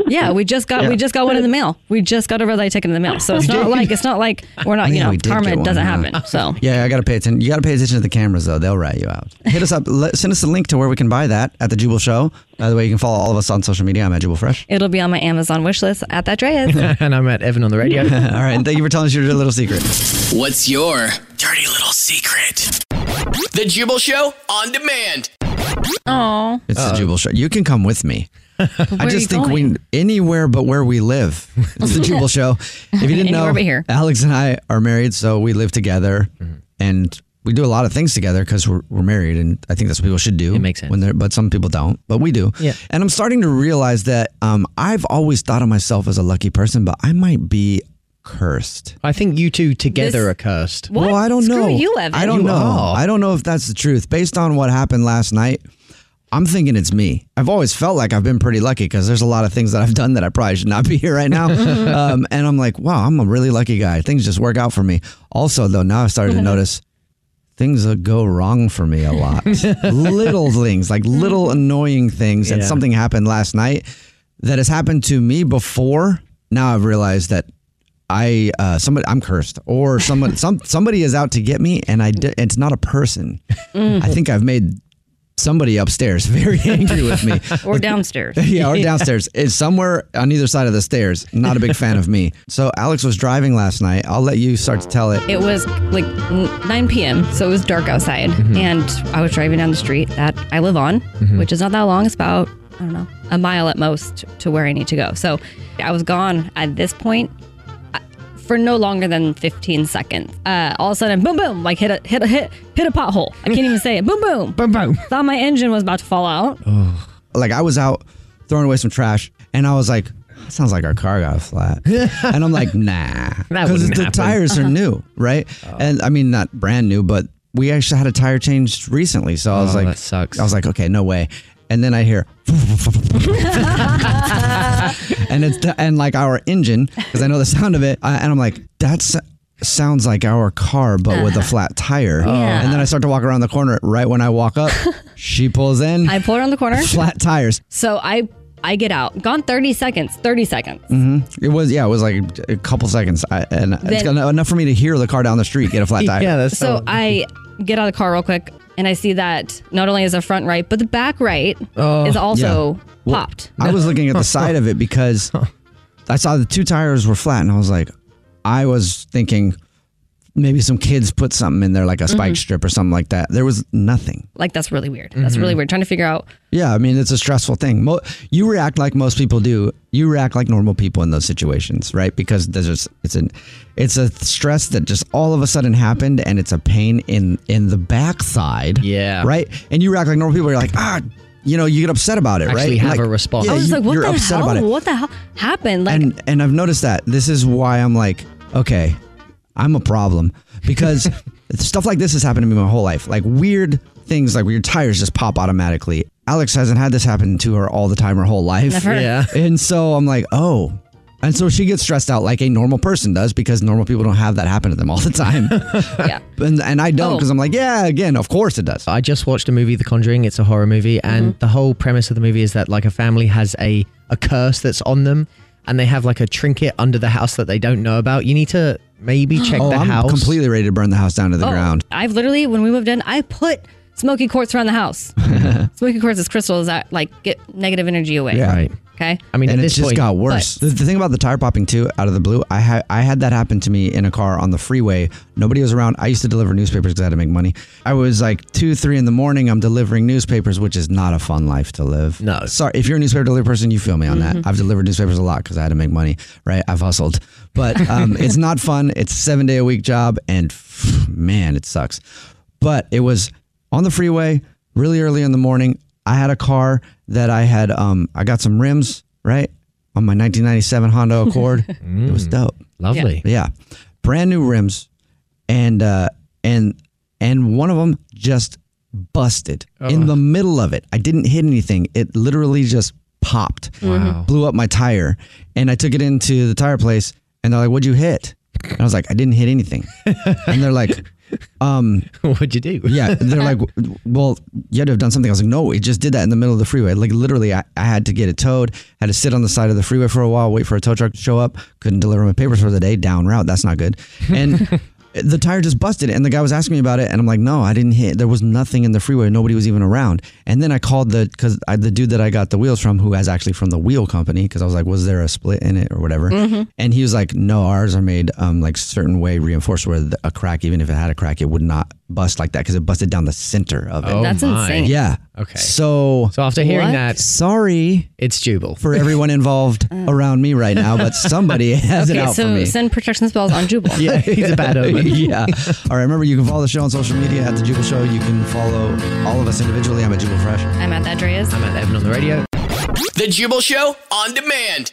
[SPEAKER 3] yeah, we just got we just got one in the mail. We just got a red light ticket in the mail. So it's
[SPEAKER 1] You
[SPEAKER 3] not
[SPEAKER 1] did?
[SPEAKER 3] like it's not like we're not
[SPEAKER 1] Oh,
[SPEAKER 3] you
[SPEAKER 1] yeah,
[SPEAKER 3] know
[SPEAKER 1] we did
[SPEAKER 3] karma
[SPEAKER 1] get one,
[SPEAKER 3] doesn't
[SPEAKER 1] huh?
[SPEAKER 3] happen. So
[SPEAKER 1] Yeah, I gotta pay attention. You gotta pay attention to the cameras though; they'll rat you out. Hit us up. Let, send us a link to where we can buy that at the Jubal Show. By the way, you can follow all of us on social media. I'm at Jubal Fresh.
[SPEAKER 3] it'll be on my Amazon wish list at that Dreas.
[SPEAKER 5] and I'm at Evan on the radio.
[SPEAKER 1] all right, and thank you for telling us your little secret.
[SPEAKER 6] What's your dirty little secret? The Jubal Show on demand.
[SPEAKER 3] Oh.
[SPEAKER 1] It's the Jubal Show. You can come with me. I
[SPEAKER 6] are
[SPEAKER 1] just
[SPEAKER 6] you
[SPEAKER 1] think we anywhere but where we live. It's the Jubal Show. If you didn't
[SPEAKER 3] Anywhere
[SPEAKER 1] know,
[SPEAKER 3] but here.
[SPEAKER 1] Alex and I are married, so we live together,
[SPEAKER 5] Mm-hmm.
[SPEAKER 1] and we do a lot of things together because we're, we're married, and I think that's what people should do. It makes sense. When they're, but some people don't, but we do.
[SPEAKER 5] Yeah.
[SPEAKER 1] And I'm starting to realize that um, I've always thought of myself as a lucky person, but I might be cursed.
[SPEAKER 5] I think you two together are cursed.
[SPEAKER 1] Well, I don't
[SPEAKER 5] Screw
[SPEAKER 1] know.
[SPEAKER 5] you, Evan.
[SPEAKER 1] I don't
[SPEAKER 5] You
[SPEAKER 1] know.
[SPEAKER 5] are.
[SPEAKER 1] I don't know if that's the truth. Based on what happened last night, I'm thinking it's me. I've always felt like I've been pretty lucky because there's a lot of things that I've done that I probably should not be here right now. um, and I'm like, wow, I'm a really lucky guy. Things just work out for me. Also, though, now I've started to notice things that go wrong for me a lot. little things, like little annoying things. And
[SPEAKER 5] Yeah.
[SPEAKER 1] something happened last night that has happened to me before. Now I've realized that I uh, somebody I'm cursed or someone some somebody is out to get me and I di- it's not a person. I think I've made somebody upstairs very angry with me
[SPEAKER 3] or downstairs.
[SPEAKER 1] yeah, or downstairs. It's somewhere on either side of the stairs. Not a big fan of me. So Alex was driving last night. I'll let you start to tell it.
[SPEAKER 3] It was like n- 9 p.m., so it was dark outside,
[SPEAKER 1] Mm-hmm.
[SPEAKER 3] and I was driving down the street that I live on,
[SPEAKER 24] Mhm.
[SPEAKER 3] which is not that long. It's about I don't know a mile at most to where I need to go. So I was gone at this point uh, for no longer than 15 seconds. Uh, all of a sudden, boom, boom, like hit a hit a hit hit a pothole. I can't even say it. Boom, boom, boom,
[SPEAKER 5] boom.
[SPEAKER 3] Thought my engine was about to fall out.
[SPEAKER 1] Like I was out throwing away some trash, and I was like, "That sounds like our car got flat." and I'm like, "Nah," because
[SPEAKER 5] wouldn't
[SPEAKER 1] the
[SPEAKER 5] happen.
[SPEAKER 1] tires are
[SPEAKER 5] Uh-huh.
[SPEAKER 1] new, right? And I mean, not brand new, but we actually had a tire changed recently. So I was
[SPEAKER 5] Oh,
[SPEAKER 1] like,
[SPEAKER 5] that sucks.
[SPEAKER 1] I was like, "Okay, no way." And then I hear, and it's and like our engine because I know the sound of it, I, and I'm like, that's. Sounds like our car, but with a flat tire.
[SPEAKER 3] Yeah.
[SPEAKER 1] And then I start to walk around the corner. Right when I walk up, she pulls in.
[SPEAKER 3] I pulled around the corner.
[SPEAKER 1] Flat tires.
[SPEAKER 3] So I I get out. Gone 30 seconds. 30 seconds.
[SPEAKER 1] hmm It was yeah. It was like a couple seconds, I, and it's
[SPEAKER 3] Then-
[SPEAKER 1] gonna, enough for me to hear the car down the street get a flat tire.
[SPEAKER 3] so. I get out of the car real quick, and I see that not only is the front right, but the back right
[SPEAKER 1] Oh,
[SPEAKER 3] is also
[SPEAKER 1] yeah. Well,
[SPEAKER 3] popped.
[SPEAKER 1] I was looking at the side of it because I saw the two tires were flat, and I was like, I was thinking maybe some kids put something in there like a spike
[SPEAKER 3] Mhm.
[SPEAKER 1] strip or something like that. There was nothing.
[SPEAKER 3] Like that's really weird. That's
[SPEAKER 1] Mhm.
[SPEAKER 3] really weird. Trying to figure out.
[SPEAKER 1] Yeah, I mean it's a stressful thing. Mo- you react like most people do. You react like normal people in those situations, right? Because there's just, it's an it's a stress that just all of a sudden happened, and it's a pain in in the backside. Yeah, right. And you react like normal people. You're like ah, you know, you get upset about it, right?
[SPEAKER 5] Actually have a response.
[SPEAKER 1] Yeah,
[SPEAKER 3] I was
[SPEAKER 1] you,
[SPEAKER 3] like, what
[SPEAKER 1] you're
[SPEAKER 3] the
[SPEAKER 1] upset
[SPEAKER 3] hell?
[SPEAKER 1] about it.
[SPEAKER 3] What the hell happened? Like
[SPEAKER 1] and and I've noticed that this is why I'm like, okay, I'm a problem because stuff like this has happened to me my whole life. Like weird things, like where your tires just pop automatically. Alex hasn't had this happen to her all the time her whole life.
[SPEAKER 5] Never. Yeah.
[SPEAKER 1] and so I'm like, oh. And so she gets stressed out like a normal person does because normal people don't have that happen to them all the time.
[SPEAKER 3] yeah.
[SPEAKER 1] And, and I don't
[SPEAKER 5] Oh.
[SPEAKER 1] because I'm like, yeah, again, of course it does.
[SPEAKER 5] I just watched a movie, The Conjuring. It's a horror movie, and the whole premise of the movie is that like a family has a a curse that's on them, and they have like a trinket under the house that they don't know about. You need to
[SPEAKER 13] Maybe check
[SPEAKER 1] oh,
[SPEAKER 13] the
[SPEAKER 1] I'm
[SPEAKER 13] house.
[SPEAKER 1] completely ready to burn the house down to the
[SPEAKER 3] Oh,
[SPEAKER 1] ground.
[SPEAKER 3] I've literally, when we moved in, I put smoky quartz around the house. smoky quartz is crystals that like get negative energy away.
[SPEAKER 1] Yeah. Right.
[SPEAKER 3] Okay.
[SPEAKER 1] and it just got worse. The, the thing about the tire popping too, out of the blue, I had I had that happen to me in a car on the freeway. Nobody was around. I used to deliver newspapers because I had to make money. I was like two, three in the morning. I'm delivering newspapers, which is not a fun life to live. No, sorry. If you're a newspaper delivery person, you feel me on
[SPEAKER 2] Mhm.
[SPEAKER 1] that. I've delivered newspapers a lot because I had to make money. Right, I've hustled, but um, it's not fun. It's a seven day a week job, and man, it sucks. But it was on the freeway really early in the morning. I had a car that I had, um, I got some rims, right? On my 1997 Honda Accord. it was dope.
[SPEAKER 13] Mm. Lovely.
[SPEAKER 1] Yeah. Brand new rims. And, uh, and, and one of them just busted
[SPEAKER 13] Uh.
[SPEAKER 1] in the middle of it. I didn't hit anything. It literally just popped,
[SPEAKER 13] Wow.
[SPEAKER 1] blew up my tire. And I took it into the tire place and they're like, what'd you hit? And I was like, I didn't hit anything. and they're like, um,
[SPEAKER 13] what'd you do?
[SPEAKER 1] yeah. They're like, well, you had to have done something. I was like, no, it just did that in the middle of the freeway. Like literally I, I had to get it towed, had to sit on the side of the freeway for a while, wait for a tow truck to show up. Couldn't deliver my papers for the day down route. That's not good. And the tire just busted. And the guy was asking me about it. And I'm like, no, I didn't hit. There was nothing in the freeway. Nobody was even around. And then I called the, cause I, the dude that I got the wheels from, who is actually from the wheel company. Cause I was like, was there a split in it or whatever?
[SPEAKER 13] Mm-hmm.
[SPEAKER 2] Mhm.
[SPEAKER 1] And he was like, no, ours are made um, like certain way reinforced where the, a crack, even if it had a crack, it would not bust like that because it busted down the center of it.
[SPEAKER 13] Oh That's my. insane.
[SPEAKER 1] Yeah.
[SPEAKER 13] Okay.
[SPEAKER 1] So
[SPEAKER 13] So after hearing What? that-
[SPEAKER 1] sorry,
[SPEAKER 13] it's Jubal
[SPEAKER 1] for everyone involved
[SPEAKER 13] Oh.
[SPEAKER 1] around me right now, but somebody has
[SPEAKER 3] okay,
[SPEAKER 1] it out
[SPEAKER 3] so
[SPEAKER 1] for me.
[SPEAKER 3] send protection spells on Jubal.
[SPEAKER 1] yeah. All right. Remember, you can follow the show on social media at the Jubal Show. You can follow all of us individually. I'm at Jubal Fresh.
[SPEAKER 3] I'm at that Dreas.
[SPEAKER 13] I'm at Evan on the radio.
[SPEAKER 6] The Jubal Show on demand.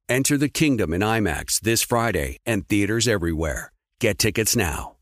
[SPEAKER 11] Enter the kingdom in IMAX this Friday and theaters everywhere. Get tickets now.